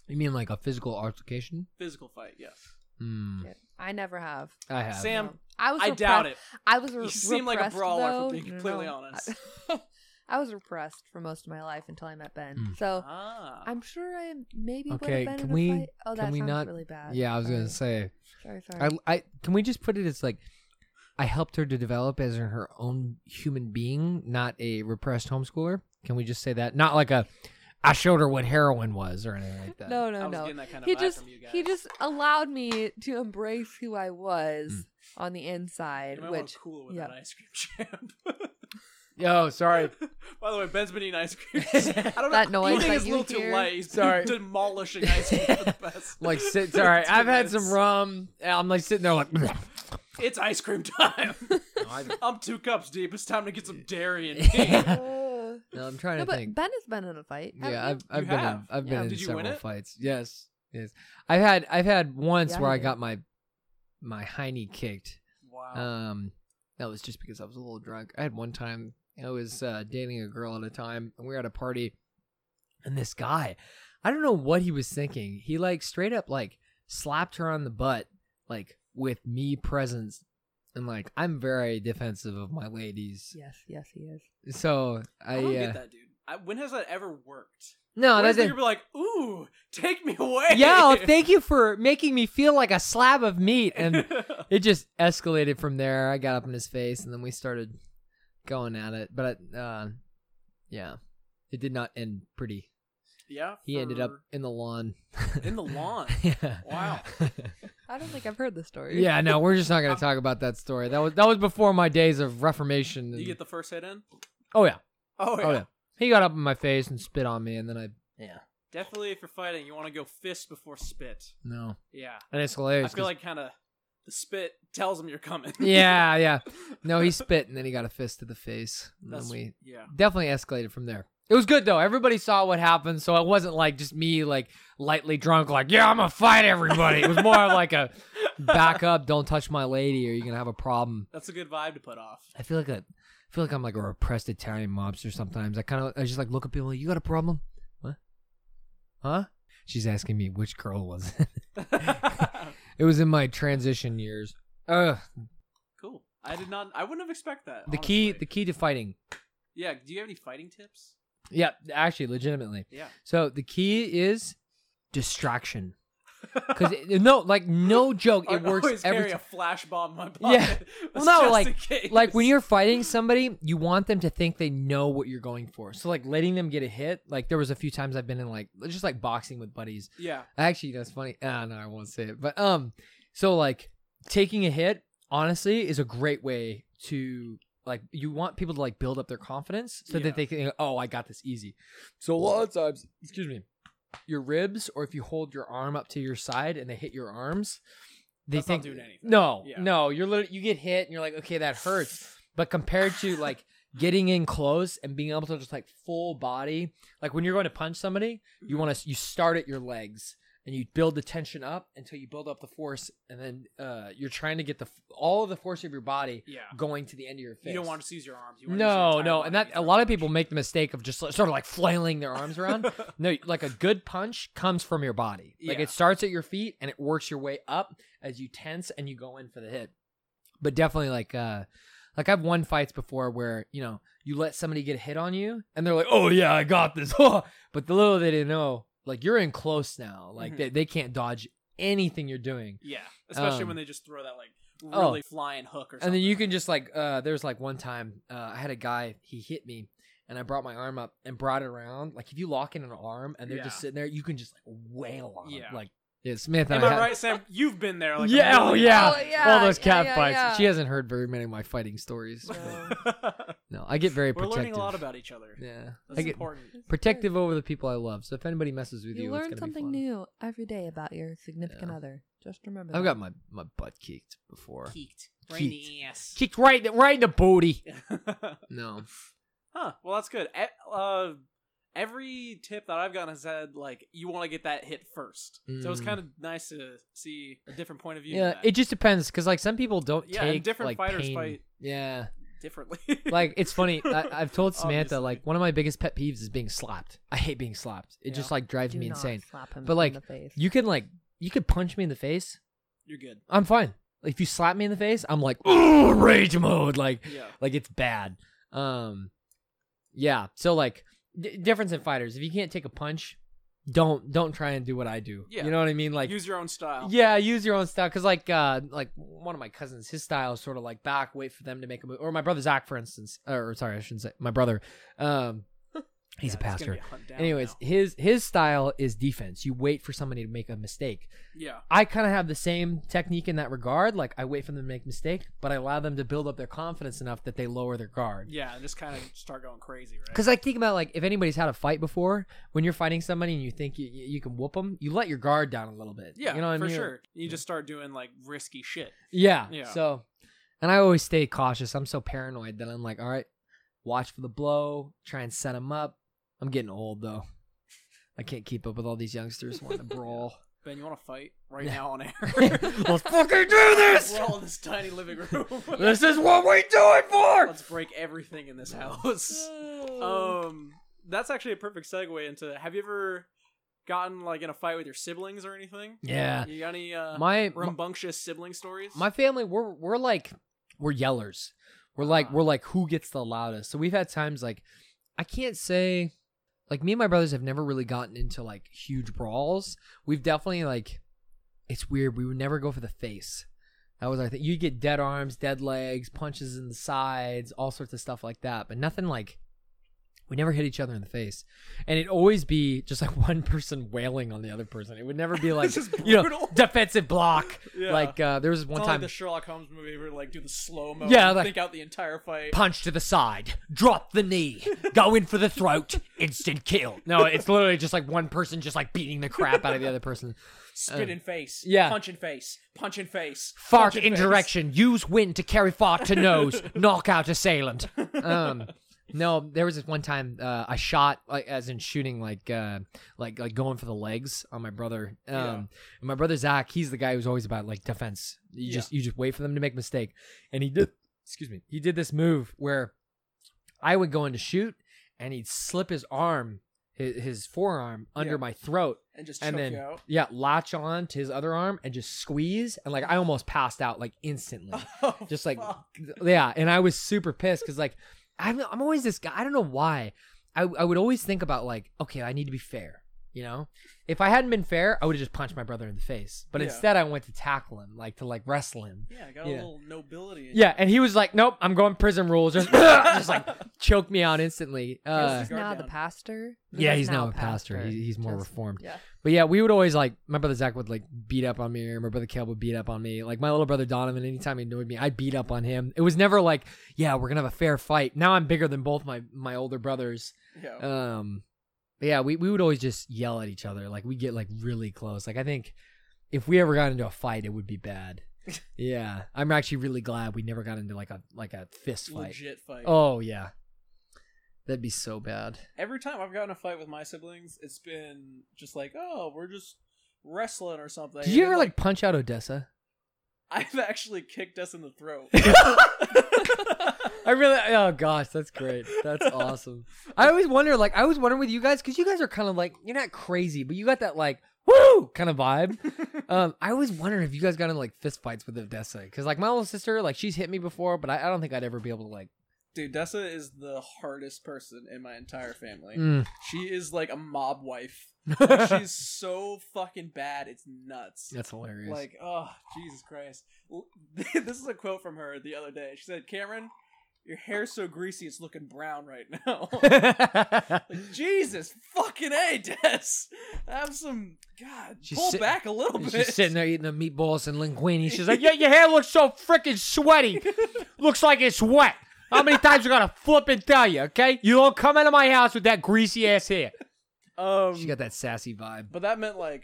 Speaker 1: You mean like a physical altercation?
Speaker 2: Physical fight, yes.
Speaker 1: Hmm.
Speaker 3: I never have.
Speaker 1: I have.
Speaker 2: Sam,
Speaker 3: I was
Speaker 2: I
Speaker 3: repressed-
Speaker 2: doubt it.
Speaker 3: I was. Re-
Speaker 2: You seem like a
Speaker 3: repressed,
Speaker 2: brawler,
Speaker 3: though.
Speaker 2: for being
Speaker 3: No, no,
Speaker 2: completely
Speaker 3: no.
Speaker 2: honest.
Speaker 3: I, I was repressed for most of my life until I met Ben.
Speaker 1: Mm.
Speaker 3: So
Speaker 2: Ah.
Speaker 3: I'm sure I maybe would
Speaker 1: Okay,
Speaker 3: have been
Speaker 1: can
Speaker 3: in a
Speaker 1: we-
Speaker 3: fight. Oh,
Speaker 1: can
Speaker 3: that
Speaker 1: we
Speaker 3: sounds
Speaker 1: not-
Speaker 3: really bad.
Speaker 1: Yeah, I was gonna
Speaker 3: Sorry.
Speaker 1: say.
Speaker 3: Sorry, sorry.
Speaker 1: I, I can we just put it as like I helped her to develop as her own human being, not a repressed homeschooler. Can we just say that? Not like a I showed her what heroin was or anything like that.
Speaker 3: no,
Speaker 2: I
Speaker 3: no,
Speaker 2: was
Speaker 3: no.
Speaker 2: getting that kind of
Speaker 3: he
Speaker 2: vibe
Speaker 3: just
Speaker 2: from you guys.
Speaker 3: he just allowed me to embrace who I was
Speaker 1: Hmm.
Speaker 3: on the inside,
Speaker 2: You might wanna
Speaker 3: which
Speaker 2: cool with
Speaker 3: yeah.
Speaker 2: that ice cream champ.
Speaker 1: Yo, sorry.
Speaker 2: By the way, Ben's been eating ice cream. I don't know.
Speaker 3: That noise
Speaker 2: eating
Speaker 3: that
Speaker 2: is a
Speaker 3: you
Speaker 2: little too
Speaker 3: hear.
Speaker 2: light. He's been
Speaker 1: Sorry.
Speaker 2: demolishing ice cream for the past.
Speaker 1: Like sit sorry,
Speaker 2: two
Speaker 1: I've had some
Speaker 2: minutes.
Speaker 1: rum. and I'm like sitting there like
Speaker 2: It's ice cream time. I'm two cups deep. It's time to get some dairy in me.
Speaker 1: Yeah.
Speaker 3: Uh,
Speaker 1: No, I'm trying
Speaker 3: no,
Speaker 1: to
Speaker 3: but
Speaker 1: think.
Speaker 3: Ben has been in a fight. haven't
Speaker 1: yeah, I've
Speaker 3: you?
Speaker 1: I've
Speaker 2: You
Speaker 1: been in,
Speaker 2: have?
Speaker 1: I've been
Speaker 3: Yeah.
Speaker 1: in
Speaker 2: Did you win
Speaker 1: several
Speaker 2: it?
Speaker 1: fights. Yes. Yes. I've had I've had once
Speaker 3: Yeah,
Speaker 1: where
Speaker 3: you
Speaker 1: I
Speaker 3: did.
Speaker 1: got my my hiney kicked
Speaker 2: wow.
Speaker 1: Um, that was just because I was a little drunk. I had one time I was uh, dating a girl at a time, and we were at a party, and this guy, I don't know what he was thinking. He like straight up like slapped her on the butt, like with me presence, and like I'm very defensive of my ladies,
Speaker 3: yes, yes, he is.
Speaker 1: so I,
Speaker 2: I don't
Speaker 1: uh,
Speaker 2: get that, dude. I, when has that ever worked?
Speaker 1: no,
Speaker 2: when
Speaker 1: that
Speaker 2: is that
Speaker 1: didn't.
Speaker 2: you're like, ooh, take me away.
Speaker 1: Yeah, well, thank you for making me feel like a slab of meat and. it just escalated from there. I got up in his face, and then we started going at it. But uh, yeah, it did not end pretty.
Speaker 2: yeah.
Speaker 1: He ended up
Speaker 2: for-
Speaker 1: in the lawn.
Speaker 2: in the lawn.
Speaker 1: yeah.
Speaker 2: Wow.
Speaker 3: I don't think I've heard the story.
Speaker 1: yeah. No, we're just not going to talk about that story. That was that was before my days of Reformation.
Speaker 2: You
Speaker 1: and-
Speaker 2: get the first hit in.
Speaker 1: oh yeah.
Speaker 2: Oh yeah.
Speaker 1: Oh yeah. He got up in my face and spit on me, and then I yeah
Speaker 2: Definitely, if you're fighting, you want to go fist before spit.
Speaker 1: no,
Speaker 2: Yeah.
Speaker 1: and it's hilarious.
Speaker 2: I feel
Speaker 1: 'cause-
Speaker 2: like kind of the spit tells him you're coming.
Speaker 1: yeah, yeah. No, he spit, and then he got a fist to the face, and
Speaker 2: That's,
Speaker 1: then we
Speaker 2: yeah.
Speaker 1: definitely escalated from there. It was good though. Everybody saw what happened, so it wasn't like just me like lightly drunk, like yeah, I'm gonna fight everybody. It was more of like a back up, don't touch my lady, or you're gonna have a problem.
Speaker 2: That's a good vibe to put off.
Speaker 1: I feel like a, I feel like I'm like a repressed Italian mobster sometimes. I kind of I just like look at people, like, you got a problem? What? Huh? She's asking me which girl was it. it was in my transition years. Uh,
Speaker 2: cool. I did not. I wouldn't have expected that.
Speaker 1: the key,
Speaker 2: honestly.
Speaker 1: the key to fighting.
Speaker 2: Yeah. Do you have any fighting tips?
Speaker 1: Yeah, actually, legitimately.
Speaker 2: Yeah.
Speaker 1: So the key is distraction. Because no, like no joke,
Speaker 2: I
Speaker 1: it works
Speaker 2: always
Speaker 1: every
Speaker 2: carry
Speaker 1: time.
Speaker 2: a flash bomb in my
Speaker 1: Yeah.
Speaker 2: pocket.
Speaker 1: Well,
Speaker 2: That's
Speaker 1: no,
Speaker 2: just in
Speaker 1: like-
Speaker 2: case.
Speaker 1: Like when you're fighting somebody, you want them to think they know what you're going for. So like letting them get a hit. Like there was a few times I've been in like just like boxing with buddies.
Speaker 2: Yeah.
Speaker 1: Actually, that's funny. Ah, no, I won't say it. But um, so like taking a hit, honestly, is a great way to like you want people to like build up their confidence so
Speaker 2: Yeah.
Speaker 1: that they can. Oh, I got this easy. So a lot of times, excuse me, your ribs, or if you hold your arm up to your side and they hit your arms, they
Speaker 2: That's not
Speaker 1: think
Speaker 2: doing anything.
Speaker 1: No,
Speaker 2: Yeah.
Speaker 1: no, you're literally, you get hit and you're like, okay, that hurts. But compared to like getting in close and being able to just like full body, like when you're going to punch somebody,
Speaker 2: Mm-hmm.
Speaker 1: you want to you start at your legs and you build the tension up until you build up the force, and then uh, you're trying to get the f- all of the force of your body
Speaker 2: Yeah.
Speaker 1: going to the end of your face.
Speaker 2: You don't want to seize your arms. You want to use
Speaker 1: No,
Speaker 2: your
Speaker 1: no,
Speaker 2: entire
Speaker 1: and
Speaker 2: body
Speaker 1: that
Speaker 2: to
Speaker 1: a
Speaker 2: get
Speaker 1: lot
Speaker 2: that
Speaker 1: of people make the mistake of just like, sort of like flailing their arms around. no, like a good punch comes from your body. Like
Speaker 2: Yeah.
Speaker 1: it starts at your feet and it works your way up as you tense and you go in for the hit. But definitely like uh like I've won fights before where, you know, you let somebody get a hit on you and they're like, "Oh yeah, I got this." but the little they didn't know, like you're in close now. Like
Speaker 2: Mhm.
Speaker 1: they, they can't dodge anything you're doing.
Speaker 2: Yeah, especially
Speaker 1: Um,
Speaker 2: when they just throw that like
Speaker 1: oh.
Speaker 2: really flying hook or something.
Speaker 1: and then you can just like uh there's like one time uh i had a guy he hit me and i brought my arm up and brought it around like if you lock in an arm and they're just
Speaker 2: Yeah.
Speaker 1: sitting there you can just like wail on
Speaker 2: Yeah.
Speaker 1: it like yeah smith
Speaker 2: Am
Speaker 1: I
Speaker 2: I
Speaker 1: had-
Speaker 2: right, Sam? You've been there. Like a
Speaker 1: yeah oh
Speaker 2: million
Speaker 1: yeah.
Speaker 3: Oh, yeah,
Speaker 1: all those
Speaker 3: yeah,
Speaker 1: cat
Speaker 3: yeah,
Speaker 1: fights
Speaker 3: yeah.
Speaker 1: she hasn't heard very many of my fighting stories
Speaker 3: No.
Speaker 1: but
Speaker 2: times.
Speaker 1: no i get very
Speaker 2: We're
Speaker 1: protective
Speaker 2: learning a lot about each other.
Speaker 1: yeah
Speaker 2: That's
Speaker 1: i get
Speaker 2: important.
Speaker 1: protective over the people i love so if anybody messes with you,
Speaker 3: You,
Speaker 1: it's
Speaker 3: learn
Speaker 1: gonna
Speaker 3: something
Speaker 1: be fun.
Speaker 3: new every day about your significant
Speaker 1: Yeah.
Speaker 3: other. Just remember.
Speaker 1: i've
Speaker 3: that.
Speaker 1: got my my butt kicked before
Speaker 2: Peaked. E
Speaker 1: Peaked.
Speaker 2: Rainy ass.
Speaker 1: kicked right right in the booty
Speaker 2: huh.
Speaker 1: no
Speaker 2: Well, that's good. E- Uh, every tip that I've gotten has said like you want to get that hit first. So it's
Speaker 1: Mm.
Speaker 2: kind of nice to see a different point of view.
Speaker 1: Yeah,
Speaker 2: to that.
Speaker 1: it just depends because like some people don't
Speaker 2: Yeah, and
Speaker 1: take
Speaker 2: different
Speaker 1: like,
Speaker 2: fighters
Speaker 1: pain.
Speaker 2: fight-
Speaker 1: Yeah,
Speaker 2: differently.
Speaker 1: like it's funny. I, I've told Samantha
Speaker 2: Obviously.
Speaker 1: like one of my biggest pet peeves is being slapped. I hate being slapped. It
Speaker 2: Yeah.
Speaker 1: just like drives
Speaker 3: Do
Speaker 1: me
Speaker 3: not
Speaker 1: insane.
Speaker 3: Slap him
Speaker 1: But,
Speaker 3: in
Speaker 1: like,
Speaker 3: the face.
Speaker 1: You can like you could punch me in the face.
Speaker 2: you're good.
Speaker 1: I'm fine. Like, if you slap me in the face, I'm like ooh rage mode. Like
Speaker 2: Yeah.
Speaker 1: like it's bad. Um, yeah. So like d- difference in fighters. If you can't take a punch, don't don't try and do what I do.
Speaker 2: Yeah.
Speaker 1: You know what I mean? Like
Speaker 2: Use your own style.
Speaker 1: yeah, use your own style. Cause like uh like one of my cousins, his style is sort of like back, wait for them to make a move. Or my brother Zach, for instance, or sorry, I shouldn't say my brother. Um, he's
Speaker 2: Yeah, it's
Speaker 1: a pastor.
Speaker 2: gonna get hunt down
Speaker 1: Anyways,
Speaker 2: now.
Speaker 1: his his style is defense. You wait for somebody to make a mistake.
Speaker 2: yeah,
Speaker 1: I kind of have the same technique in that regard. Like I wait for them to make a mistake, but I allow them to build up their confidence enough that they lower their guard.
Speaker 2: yeah, and just kind of start going crazy, right?
Speaker 1: Because like think about like if anybody's had a fight before, when you're fighting somebody and you think you, you you can whoop them, you let your guard down a little bit.
Speaker 2: yeah,
Speaker 1: you know what
Speaker 2: for
Speaker 1: I mean?
Speaker 2: sure. You just start doing like risky shit.
Speaker 1: Yeah.
Speaker 2: Yeah.
Speaker 1: So, and I always stay cautious. I'm so paranoid that I'm like, all right, watch for the blow, try and set them up. I'm getting old though. I can't keep up with all these youngsters wanting to brawl.
Speaker 2: Ben, you want to fight right
Speaker 1: Yeah.
Speaker 2: now on air?
Speaker 1: Let's fucking do this.
Speaker 2: We're all in this tiny living room.
Speaker 1: This is what we do it for.
Speaker 2: Let's break everything in this house. Um, that's actually a perfect segue into. Have you ever gotten like in a fight with your siblings or anything?
Speaker 1: Yeah.
Speaker 2: You got any uh,
Speaker 1: My
Speaker 2: rambunctious sibling stories?
Speaker 1: my family we're we're like we're yellers we're
Speaker 2: Ah.
Speaker 1: like we're like who gets the loudest so we've had times like i can't say like me and my brothers have never really gotten into like huge brawls we've definitely like it's weird we would never go for the face that was our thing you get dead arms dead legs punches in the sides all sorts of stuff like that but nothing like we never hit each other in the face and it'd always be just like one person wailing on the other person it would never be like
Speaker 2: This is
Speaker 1: you know
Speaker 2: brutal.
Speaker 1: defensive block
Speaker 2: Yeah.
Speaker 1: like uh, there was
Speaker 2: It's
Speaker 1: one
Speaker 2: not
Speaker 1: time
Speaker 2: like the Sherlock Holmes movie where like do the slow mo.
Speaker 1: Yeah,
Speaker 2: Yeah,
Speaker 1: like-
Speaker 2: think out the entire fight.
Speaker 1: punch to the side, drop the knee, go in for the throat, instant kill. No, it's literally just like one person just like beating the crap out of the other person.
Speaker 2: Spit in face.
Speaker 1: uh, yeah.
Speaker 2: Punch in face. Punch in face.
Speaker 1: Fart
Speaker 2: punch
Speaker 1: in
Speaker 2: face.
Speaker 1: direction, use wind to carry fart to nose, knock out assailant. Um, no, there was this one time uh, I shot like as in shooting like uh, like like going for the legs on my brother. Um,
Speaker 2: Yeah.
Speaker 1: and my brother Zach, he's the guy who's always about like defense. You
Speaker 2: Yeah.
Speaker 1: just you just wait for them to make a mistake, and he did. Excuse me. He did this move where I would go in to shoot, and he'd slip his arm, his, his forearm under
Speaker 2: Yeah.
Speaker 1: my throat,
Speaker 2: And just choke
Speaker 1: and then
Speaker 2: you out.
Speaker 1: yeah, latch on to his other arm and just squeeze, and like I almost passed out like instantly, just like
Speaker 2: Oh, Fuck.
Speaker 1: yeah, and I was super pissed because like I'm I'm always this guy. I don't know why. I I would always think about like okay, I need to be fair. You know, if I hadn't been fair, I would have just punched my brother in the face. But
Speaker 2: Yeah.
Speaker 1: instead, I went to tackle him, like to like wrestle him.
Speaker 2: Yeah, I got a
Speaker 1: Yeah.
Speaker 2: little nobility. In
Speaker 1: Yeah, and he was like, "Nope, I'm going prison rules." Just, just like choked me out instantly. Uh,
Speaker 3: he's now the pastor.
Speaker 1: yeah, he's now a pastor. He- he's more
Speaker 3: Just-
Speaker 1: reformed.
Speaker 3: Yeah.
Speaker 1: But yeah, we would always like my brother Zach would like beat up on me, or my brother Caleb would beat up on me. Like my little brother Donovan, anytime he annoyed me, I beat up on him. It was never like, yeah, we're gonna have a fair fight. Now I'm bigger than both my my older brothers.
Speaker 2: You. Yeah.
Speaker 1: Um, but yeah, we we would always just yell at each other. Like we get like really close. Like I think if we ever got into a fight, it would be bad. yeah, I'm actually really glad we never got into like a like a fist fight.
Speaker 2: Legit fight.
Speaker 1: Oh yeah, that'd be so bad.
Speaker 2: Every time I've gotten in a fight with my siblings, it's been just like, oh, we're just wrestling or something.
Speaker 1: Did you
Speaker 2: And
Speaker 1: ever
Speaker 2: then,
Speaker 1: like punch out Odessa?
Speaker 2: I've actually kicked us in the throat.
Speaker 1: I really, oh gosh, that's great. That's awesome. I always wonder, like, I always wonder with you guys, because you guys are kind of like, you're not crazy, but you got that, like, woo kind of vibe. Um, I always wonder if you guys got in, like, fist fights with Odessa. Because, like, my little sister, like, she's hit me before, but I, I don't think I'd ever be able to, like,
Speaker 2: Dude, Dessa is the hardest person in my entire family.
Speaker 1: mm.
Speaker 2: She is like a mob wife. Like, she's so fucking bad. It's nuts.
Speaker 1: that's hilarious.
Speaker 2: Like, oh, Jesus Christ. L- This is a quote from her the other day. She said, Cameron, your hair's so greasy it's looking brown right now. Like, Jesus fucking A, Des. Have some, God,
Speaker 1: She's
Speaker 2: pull
Speaker 1: sit-
Speaker 2: back a little
Speaker 1: And
Speaker 2: bit.
Speaker 1: she's sitting there eating the meatballs and linguine. She's like, "Yeah, your hair looks so freaking sweaty. Looks like it's wet. How many times you gotta flip and tell you? Okay, you don't come into my house with that greasy ass hair."
Speaker 2: Um,
Speaker 1: She got that sassy vibe.
Speaker 2: but that meant like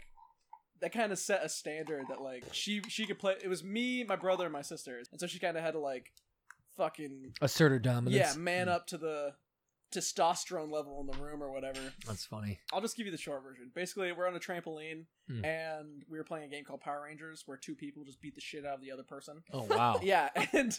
Speaker 2: that kind of set a standard that like she she could play. It was me, my brother, and my sister, and so she kind of had to like fucking
Speaker 1: Assert her dominance.
Speaker 2: yeah, man uh, up to the testosterone level in the room or whatever.
Speaker 1: Mm, That's funny.
Speaker 2: I'll just give you the short version. Basically, we're on a trampoline
Speaker 1: Hmm.
Speaker 2: and we were playing a game called Power Rangers where two people just beat the shit out of the other person.
Speaker 1: Oh wow,
Speaker 2: Yeah, and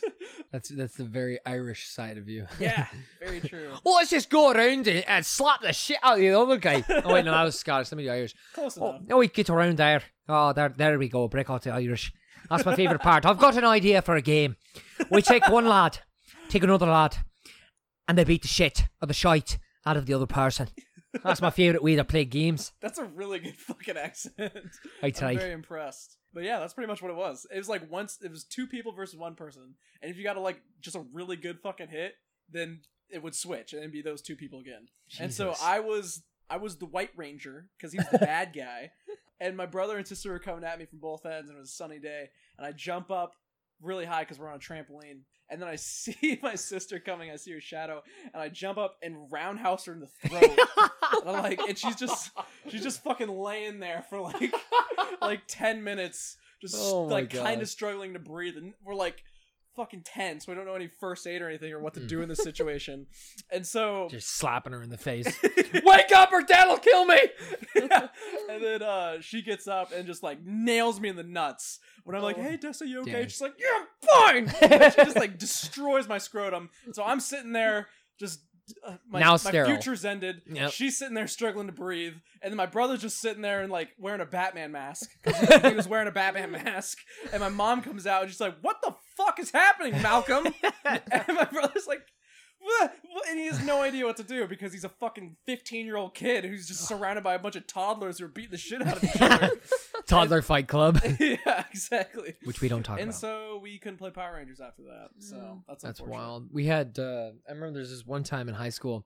Speaker 1: that's that's the very Irish side of you.
Speaker 2: yeah, very true.
Speaker 1: Well, let's just go around and, and slap the shit out of the other guy. Oh wait, no, that was Scottish. Somebody Irish.
Speaker 2: Close
Speaker 1: Oh,
Speaker 2: enough.
Speaker 1: no, we get around there. Oh, there, there we go. Break out the Irish. That's my favourite part. I've got an idea for a game. We take one lad, take another lad, and they beat the shit or the shite out of the other person. That's my favorite way to play games.
Speaker 2: That's a really good fucking accent.
Speaker 1: I
Speaker 2: I'm
Speaker 1: tried.
Speaker 2: very impressed. But yeah, that's pretty much what it was. It was like once it was two people versus one person, and if you got a like just a really good fucking hit, then it would switch and it'd be those two people again. And so
Speaker 1: Jesus.
Speaker 2: I was I was the White Ranger because he was the bad guy, and my brother and sister were coming at me from both ends, and it was a sunny day, and I jump up really high because we're on a trampoline. And then I see my sister coming. I see her shadow, and I jump up and roundhouse her in the throat. And I'm like, and she's just she's just fucking laying there for like like ten minutes, just
Speaker 1: Oh my
Speaker 2: like kind
Speaker 1: God.
Speaker 2: of struggling to breathe. And we're like fucking tense. We don't know any first aid or anything or what to do in this situation. And so
Speaker 1: Just slapping her in the face.
Speaker 2: Wake up or dad'll kill me. And then uh, she gets up and just like nails me in the nuts. When I'm like,
Speaker 1: Oh.
Speaker 2: "Hey, Tessa, you okay?"
Speaker 1: Damn.
Speaker 2: She's like, "Yeah, I'm fine." And she just like destroys my scrotum. So I'm sitting there just. Uh, my,
Speaker 1: Now
Speaker 2: my
Speaker 1: sterile.
Speaker 2: future's ended.
Speaker 1: Yep.
Speaker 2: She's sitting there struggling to breathe, and then my brother's just sitting there and like wearing a Batman mask. 'Cause he was wearing a Batman mask, and my mom comes out and she's like, "What the fuck is happening, Malcolm?" and my brother's like, "What?" and he has no idea what to do because he's a fucking 15 year old kid who's just surrounded by a bunch of toddlers who are beating the shit out of each other.
Speaker 1: Toddler Fight Club,
Speaker 2: yeah, exactly.
Speaker 1: which we don't talk
Speaker 2: And
Speaker 1: about.
Speaker 2: so we couldn't play Power Rangers after that. So that's
Speaker 1: That's
Speaker 2: unfortunate.
Speaker 1: wild. We had uh, I remember there's this one time in high school.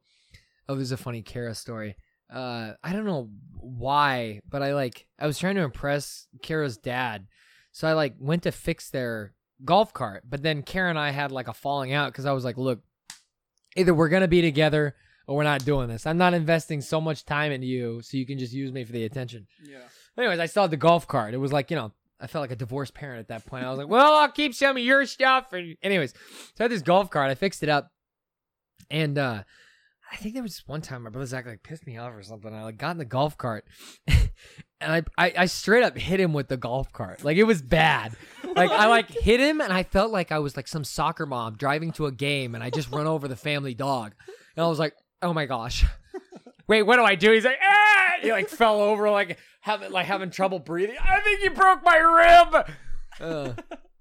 Speaker 1: Oh, there's a funny Kara story. Uh, I don't know why, but I like I was trying to impress Kara's dad, so I like went to fix their golf cart. But then Kara and I had like a falling out because I was like, look, either we're gonna be together or we're not doing this. I'm not investing so much time into you, so you can just use me for the attention.
Speaker 2: Yeah.
Speaker 1: Anyways, I saw the golf cart. It was like, you know, I felt like a divorced parent at that point. I was like, well, I'll keep some of your stuff. And anyways, so I had this golf cart. I fixed it up. And uh I think there was this one time my brother Zach like pissed me off or something. I like got in the golf cart and I, I I straight up hit him with the golf cart. Like it was bad. Like I like hit him and I felt like I was like some soccer mom driving to a game and I just run over the family dog. And I was like, oh my gosh. Wait, what do I do? He's like, ah! He like fell over, like having like having trouble breathing. I think you broke my rib. Uh,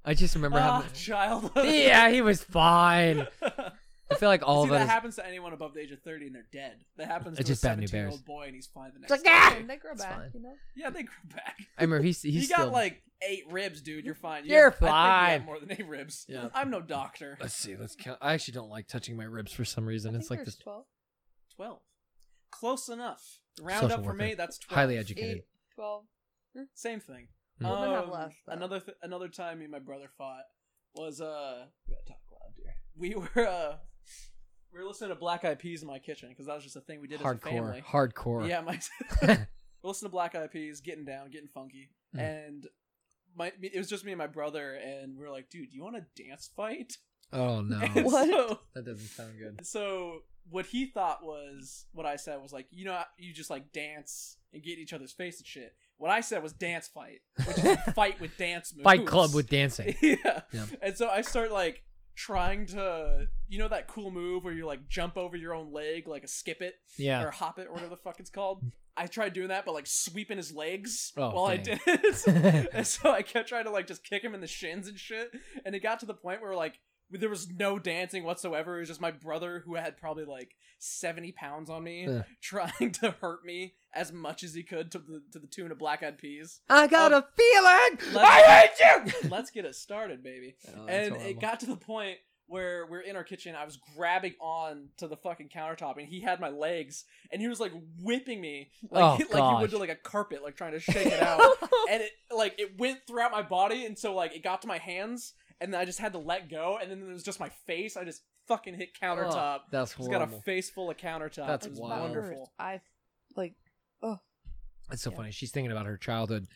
Speaker 1: I just remember
Speaker 2: Ah,
Speaker 1: having.
Speaker 2: childhood.
Speaker 1: Yeah, he was fine. I feel like all
Speaker 2: See,
Speaker 1: of us.
Speaker 2: that happens to anyone above the age of 30 and they're dead. That happens
Speaker 1: It's
Speaker 2: to
Speaker 1: just
Speaker 2: a
Speaker 1: bad new
Speaker 2: 17 year
Speaker 1: bears.
Speaker 2: old boy and he's fine the next
Speaker 1: like,
Speaker 2: day.
Speaker 1: ah!
Speaker 3: They grow
Speaker 1: It's
Speaker 3: back,
Speaker 1: fine.
Speaker 3: you know.
Speaker 2: Yeah, they grew back.
Speaker 1: I remember he's he's
Speaker 2: you got
Speaker 1: still.
Speaker 2: like eight ribs, dude. You're fine. You
Speaker 1: You're
Speaker 2: have- I think you have
Speaker 1: fine.
Speaker 2: more than eight ribs.
Speaker 1: Yeah.
Speaker 2: I'm no doctor.
Speaker 1: Let's see. Let's count. I actually don't like touching my ribs for some reason.
Speaker 3: I
Speaker 1: It's
Speaker 3: think
Speaker 1: like
Speaker 3: there's
Speaker 1: this
Speaker 3: 12.
Speaker 2: 12. Close enough. Round
Speaker 1: Social
Speaker 2: up for
Speaker 1: worker.
Speaker 2: me, that's 12.
Speaker 1: highly educated.
Speaker 3: Eight, 12.
Speaker 2: Same thing.
Speaker 1: Hmm.
Speaker 3: Women have
Speaker 2: Um,
Speaker 3: less, though.
Speaker 2: another th- another time me and my brother fought was uh we gotta talk loud here. We were uh we were listening to Black Eyed Peas in my kitchen because that was just a thing we did as a
Speaker 1: Hardcore.
Speaker 2: family.
Speaker 1: Hardcore.
Speaker 2: Yeah, my we listen to Black Eyed Peas, getting down, getting funky,
Speaker 1: Mm.
Speaker 2: and my it was just me and my brother, and we were like, dude, do you want a dance fight?
Speaker 1: Oh no,
Speaker 2: And
Speaker 3: What?
Speaker 2: So,
Speaker 1: that doesn't sound good.
Speaker 2: so what he thought was what I said was like, you know, you just like dance and get in each other's face and shit. What I said was dance fight, which is a fight with dance moves.
Speaker 1: Fight Club with dancing.
Speaker 2: yeah.
Speaker 1: Yeah.
Speaker 2: And so I start like trying to, you know, that cool move where you like jump over your own leg, like a skip it
Speaker 1: Yeah.
Speaker 2: or hop it or whatever the fuck it's called. I tried doing that, but like sweeping his legs
Speaker 1: Oh,
Speaker 2: while
Speaker 1: dang.
Speaker 2: I did it. and so I kept trying to like just kick him in the shins and shit. And it got to the point where like there was no dancing whatsoever. It was just my brother who had probably like seventy pounds on me
Speaker 1: Yeah.
Speaker 2: trying to hurt me as much as he could to the to the tune of Black Eyed Peas.
Speaker 1: I
Speaker 3: Oh.
Speaker 1: got
Speaker 2: Um,
Speaker 1: a feeling.
Speaker 2: let's-
Speaker 1: I hate you.
Speaker 2: Let's get it started, baby
Speaker 1: Oh, that's
Speaker 2: and
Speaker 1: horrible.
Speaker 2: it got to the point where we're in our kitchen. I was grabbing on to the fucking countertop, and he had my legs, and he was like whipping me, like
Speaker 1: Oh,
Speaker 2: like he would
Speaker 1: gosh.
Speaker 2: to like a carpet, like trying to shake it out. and it like it went throughout my body, and so like it got to my hands, and then I just had to let go, and then it was just my face. I just fucking hit
Speaker 1: Oh,
Speaker 2: countertop.
Speaker 1: that's
Speaker 2: Just got a
Speaker 1: horrible.
Speaker 2: face full of countertop.
Speaker 1: That's
Speaker 2: it was
Speaker 1: wild.
Speaker 2: wonderful.
Speaker 3: I like
Speaker 1: It's so
Speaker 3: Yeah.
Speaker 1: funny. She's thinking about her childhood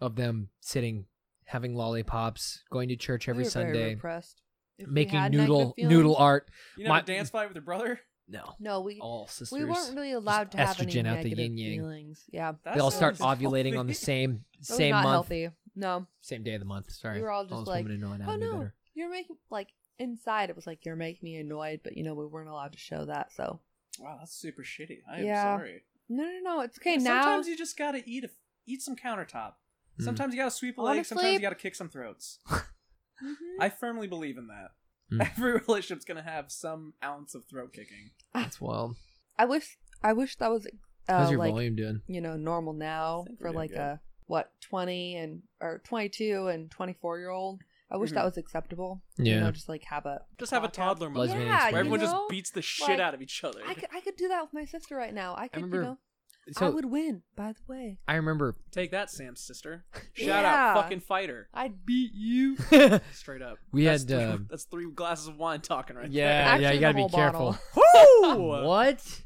Speaker 1: of them sitting, having lollipops, going to church every
Speaker 3: we were Very
Speaker 1: Sunday,
Speaker 3: repressed. If we
Speaker 1: making
Speaker 3: had negative
Speaker 1: noodle
Speaker 3: feelings-
Speaker 1: noodle art.
Speaker 2: You know,
Speaker 1: My-
Speaker 2: dance fight with your brother.
Speaker 1: No,
Speaker 3: No, we
Speaker 1: all sisters.
Speaker 3: we weren't really allowed to have any
Speaker 1: estrogen out the
Speaker 3: negative
Speaker 1: yin-yang.
Speaker 3: feelings. Yeah,
Speaker 2: That
Speaker 1: they all start
Speaker 2: sounds
Speaker 1: ovulating on the
Speaker 2: healthy.
Speaker 1: same
Speaker 3: that was
Speaker 1: same
Speaker 3: not
Speaker 1: month,
Speaker 3: healthy. No,
Speaker 1: same day of the month. Sorry,
Speaker 3: We were all just
Speaker 1: those
Speaker 3: like,
Speaker 1: women who know
Speaker 3: oh
Speaker 1: anatomy
Speaker 3: no,
Speaker 1: better.
Speaker 3: you're making like inside it was like you're making me annoyed, but you know we weren't allowed to show that. So
Speaker 2: Wow, that's super shitty. I am
Speaker 3: Yeah.
Speaker 2: sorry.
Speaker 3: no, no, no, it's okay now.
Speaker 2: Sometimes you just gotta eat a, eat some countertop.
Speaker 1: Mm.
Speaker 2: Sometimes you gotta sweep a leg. Sometimes
Speaker 3: Honestly-
Speaker 2: you gotta kick some throats.
Speaker 3: Mhm.
Speaker 2: I firmly believe in that.
Speaker 1: Mm-hmm. Mm.
Speaker 2: Every relationship's gonna have some ounce of throat kicking.
Speaker 1: That's wild.
Speaker 3: I wish I wish that was uh,
Speaker 1: How's your
Speaker 3: like
Speaker 1: volume doing?
Speaker 3: you know normal now
Speaker 2: think we're
Speaker 3: for
Speaker 2: doing
Speaker 3: like
Speaker 2: good.
Speaker 3: a what 20 and or 22 and 24 year old. I wish
Speaker 2: Mhm.
Speaker 3: that was acceptable. You know,
Speaker 1: Yeah.
Speaker 3: just like have a
Speaker 2: Just have a
Speaker 3: Blackout.
Speaker 2: toddler
Speaker 1: Lesbian
Speaker 2: moment where
Speaker 3: yeah,
Speaker 1: experience.
Speaker 3: you
Speaker 2: everyone
Speaker 3: know?
Speaker 2: just beats the shit
Speaker 3: like,
Speaker 2: out of each other.
Speaker 3: I could I could do that with my sister right now. I could
Speaker 1: remember-
Speaker 3: you know I
Speaker 1: So
Speaker 3: would win. By the way,
Speaker 1: I remember.
Speaker 2: Take that, Sam's sister. Shout
Speaker 3: Yeah.
Speaker 2: out, fucking fighter.
Speaker 3: I'd beat you.
Speaker 2: Straight up.
Speaker 1: We
Speaker 2: that's
Speaker 1: had,
Speaker 2: Three,
Speaker 1: uh,
Speaker 2: that's three glasses of wine talking right
Speaker 1: yeah,
Speaker 3: Actually,
Speaker 1: yeah, you
Speaker 3: the
Speaker 1: gotta be
Speaker 3: whole
Speaker 1: careful.
Speaker 3: bottle.
Speaker 2: there. Woo!
Speaker 1: What?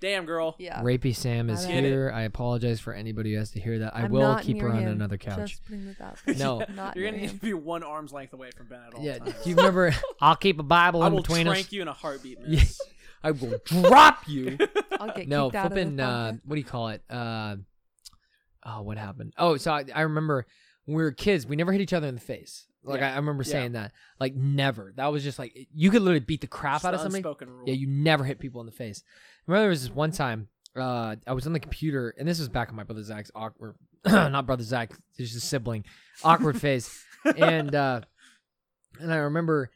Speaker 2: Damn, girl.
Speaker 3: Yeah.
Speaker 1: Rapey Sam is
Speaker 3: I don't-
Speaker 1: here. I apologize for anybody who has to hear that. I
Speaker 3: I'm
Speaker 1: will
Speaker 3: not
Speaker 1: keep her
Speaker 3: near
Speaker 1: on
Speaker 3: him.
Speaker 1: another couch.
Speaker 3: Just putting this out there.
Speaker 1: No.
Speaker 3: not
Speaker 2: You're
Speaker 3: near
Speaker 2: gonna need to
Speaker 3: him.
Speaker 2: be one arm's length away from Ben at all
Speaker 1: yeah,
Speaker 2: times.
Speaker 1: do you remember? I'll keep a Bible
Speaker 2: I
Speaker 1: in
Speaker 2: will
Speaker 1: between
Speaker 2: trank
Speaker 1: us.
Speaker 2: you in a heartbeat,
Speaker 1: Yeah.
Speaker 2: miss.
Speaker 1: I will drop you.
Speaker 3: I'll get
Speaker 1: no,
Speaker 3: kicked out of this
Speaker 1: flipping. Uh,
Speaker 3: podcast.
Speaker 1: what do you call it? Uh, oh, what happened? Oh, so I, I remember when we were kids, we never hit each other in the face. Like
Speaker 2: Yeah.
Speaker 1: I, I remember
Speaker 2: Yeah.
Speaker 1: saying that. Like never. That was just like you could literally beat the crap
Speaker 2: Just
Speaker 1: out
Speaker 2: the
Speaker 1: of somebody.
Speaker 2: unspoken rule.
Speaker 1: Yeah, you never hit people in the face. I remember there was this one time uh, I was on the computer, and this was back on my brother Zach's awkward, not brother Zach, it's just a sibling, awkward face, and uh, and I remember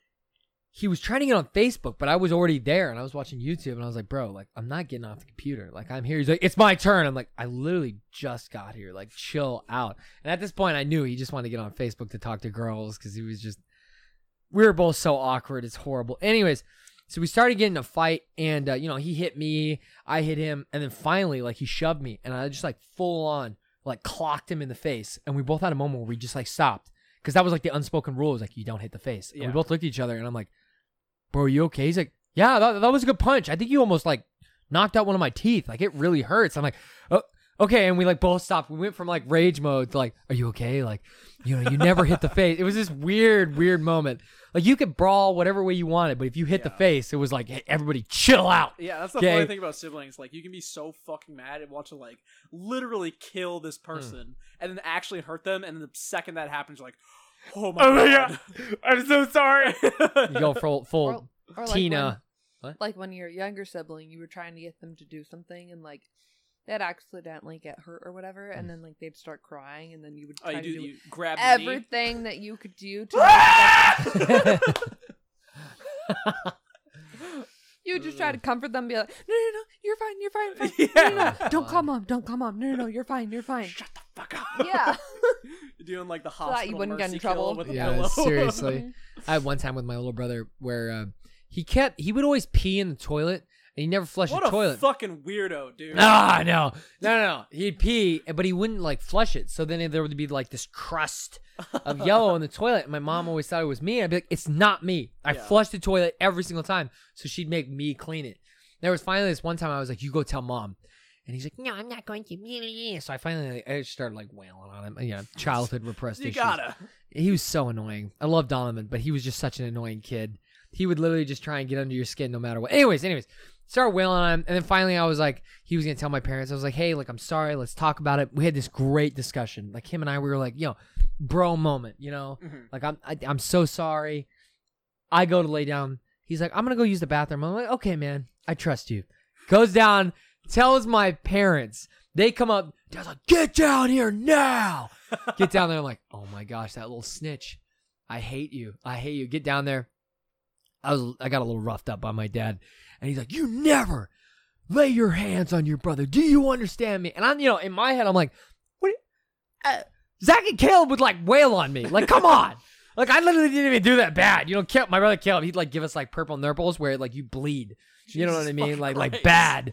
Speaker 1: he was trying to get on Facebook, but I was already there, and I was watching YouTube, and I was like, bro, like I'm not getting off the computer, like I'm here. He's like, it's my turn. I'm like, I literally just got here, like chill out. And at this point, I knew he just wanted to get on Facebook to talk to girls because he was just. We were both so awkward. It's horrible. Anyways, so we started getting in a fight, and uh, you know he hit me, I hit him, and then finally, like he shoved me, and I just like full on like clocked him in the face, and we both had a moment where we just like stopped because that was like the unspoken rule is like you don't hit the face. And
Speaker 2: Yeah.
Speaker 1: we both looked at each other, and I'm like, "Bro, you okay?" He's like, "Yeah, that, that was a good punch. I think you almost like knocked out one of my teeth. Like it really hurts." I'm like, "Oh." Okay, and we like both stopped. We went from like rage mode to like, are you okay? Like, you know, you never hit the face. It was this weird, weird moment. Like you could brawl whatever way you wanted, but if you hit the
Speaker 2: Yeah.
Speaker 1: face, it was like, hey, everybody chill out.
Speaker 2: Yeah, that's the
Speaker 1: Gay.
Speaker 2: funny thing about siblings. Like, you can be so fucking mad and want to like literally kill this
Speaker 1: Hmm.
Speaker 2: person, and then actually hurt them. And the second that happens, you're like, "Oh my, god.
Speaker 1: I'm so sorry. You go full,
Speaker 3: Or-
Speaker 1: full
Speaker 3: or like
Speaker 1: Tina.
Speaker 3: when- like when your younger sibling you were trying to get them to do something and like they'd accidentally get hurt or whatever and then like they'd start crying and then you would
Speaker 2: Oh,
Speaker 3: try
Speaker 2: you
Speaker 3: to
Speaker 2: do.
Speaker 3: do,
Speaker 2: You grab the knee.
Speaker 3: everything that you could do to make them- you would just try to comfort them be like no no no you're fine you're fine, you're fine. No, no, no.
Speaker 1: Yeah.
Speaker 3: don't call mom don't call mom no no no you're fine you're fine
Speaker 2: Shut the fuck up.
Speaker 3: yeah
Speaker 2: You're doing like the hospital.
Speaker 3: that you wouldn't get in
Speaker 2: mercy kill
Speaker 3: trouble.
Speaker 2: With a
Speaker 1: yeah,
Speaker 2: pillow.
Speaker 1: seriously.
Speaker 3: Mm-hmm.
Speaker 1: I had one time with my little brother where uh, he kept, he would always pee in the toilet and he never flushed
Speaker 2: what
Speaker 1: the
Speaker 2: a
Speaker 1: toilet.
Speaker 2: fucking weirdo, dude.
Speaker 1: Ah, no, no, no, no. He'd pee, but he wouldn't like flush it. So then there would be like this crust of yellow in the toilet. And my mom always thought it was me. I'd be like, it's not me. I
Speaker 2: Yeah.
Speaker 1: flushed the toilet every single time. So she'd make me clean it. There was finally this one time I was like, you go tell mom. And he's like, no, I'm not going to. So I finally I just started like wailing on him. You know, childhood repressed
Speaker 2: You
Speaker 1: issues.
Speaker 2: gotta.
Speaker 1: He was so annoying. I love Donovan, but he was just such an annoying kid. He would literally just try and get under your skin no matter what. Anyways, anyways, started wailing on him, and then finally I was like, he was gonna tell my parents. I was like, hey, like I'm sorry, let's talk about it. We had this great discussion. Like him and I, we were like, yo, bro moment, you know.
Speaker 2: Mhm.
Speaker 1: Like I'm, I, I'm so sorry. I go to lay down. He's like, I'm gonna go use the bathroom. I'm like, okay, man, I trust you. Goes down, tells my parents. They come up. Dad's like, get down here now. Get down there. I'm like, oh my gosh, that little snitch. I hate you. I hate you. Get down there. I was, I got a little roughed up by my dad, and he's like, you never lay your hands on your brother. Do you understand me? And I'm, you know, in my head, I'm like, what? Uh, Zach and Caleb would like wail on me. Like, come on. Like I literally didn't even do that bad. You know, Caleb, my brother Caleb, he'd like give us like purple nurples where like you bleed. you know what
Speaker 2: Jesus
Speaker 1: I mean?
Speaker 2: fucking
Speaker 1: Like like
Speaker 2: Christ.
Speaker 1: bad.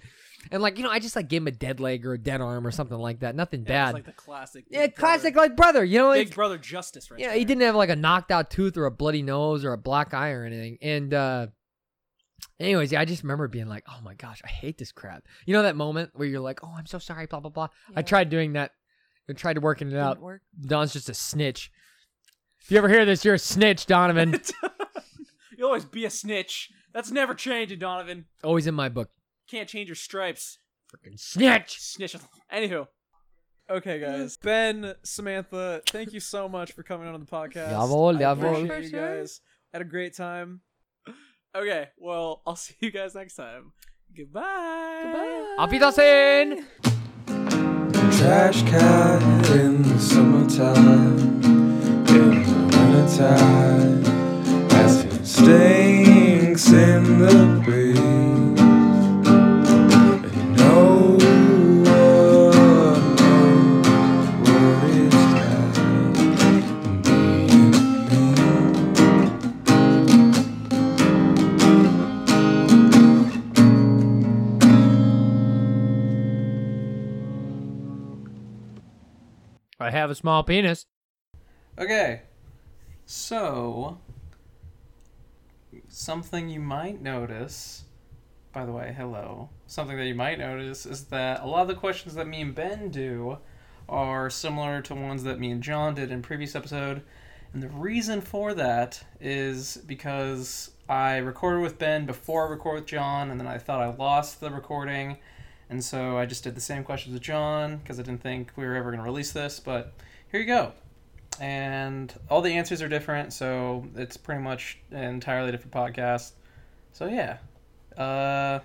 Speaker 1: And like, you know, I just like gave him a dead leg or a dead arm or something like that. Nothing
Speaker 2: Yeah,
Speaker 1: bad.
Speaker 2: it's like the classic.
Speaker 1: yeah,
Speaker 2: big
Speaker 1: classic
Speaker 2: Brother,
Speaker 1: like brother. You know,
Speaker 2: big
Speaker 1: it's-
Speaker 2: brother justice, right?
Speaker 1: yeah,
Speaker 2: there.
Speaker 1: he didn't have like a knocked out tooth or a bloody nose or a black eye or anything. And uh anyways, yeah, I just remember being like, Oh my gosh, I hate this crap. You know that moment where you're like, Oh, I'm so sorry, blah blah blah. I
Speaker 3: Yeah.
Speaker 1: tried doing that. I tried working it
Speaker 3: Didn't
Speaker 1: out.
Speaker 3: work.
Speaker 1: Don's just a snitch. If you ever hear this, you're a snitch, Donovan.
Speaker 2: You'll always be a snitch. That's never changing, Donovan.
Speaker 1: Always in my book.
Speaker 2: Can't change your stripes.
Speaker 1: Freaking snitch.
Speaker 2: Snitch. Anywho. Okay, guys. Ben, Samantha, thank you so much for coming on the podcast.
Speaker 1: Jawohl,
Speaker 2: I
Speaker 1: jawohl.
Speaker 2: appreciate you
Speaker 3: For sure.
Speaker 2: guys. Had a great time. Okay, well, I'll see you guys next time. Goodbye.
Speaker 3: Goodbye.
Speaker 1: Auf Wiedersehen.
Speaker 4: Trash cat in the summertime, in the wintertime, as his stinks in the beach. And no one knows what it's like being me.
Speaker 1: I have a small penis.
Speaker 2: Okay. So, something you might notice, by the way, hello. Something that you might notice is that a lot of the questions that me and Ben do are similar to ones that me and John did in previous episode. And the reason for that is because I recorded with Ben before I recorded with John, and then I thought I lost the recording. And so I just did the same questions with John because I didn't think we were ever going to release this. But here you go and all the answers are different, so it's pretty much an entirely different podcast. So yeah, uh,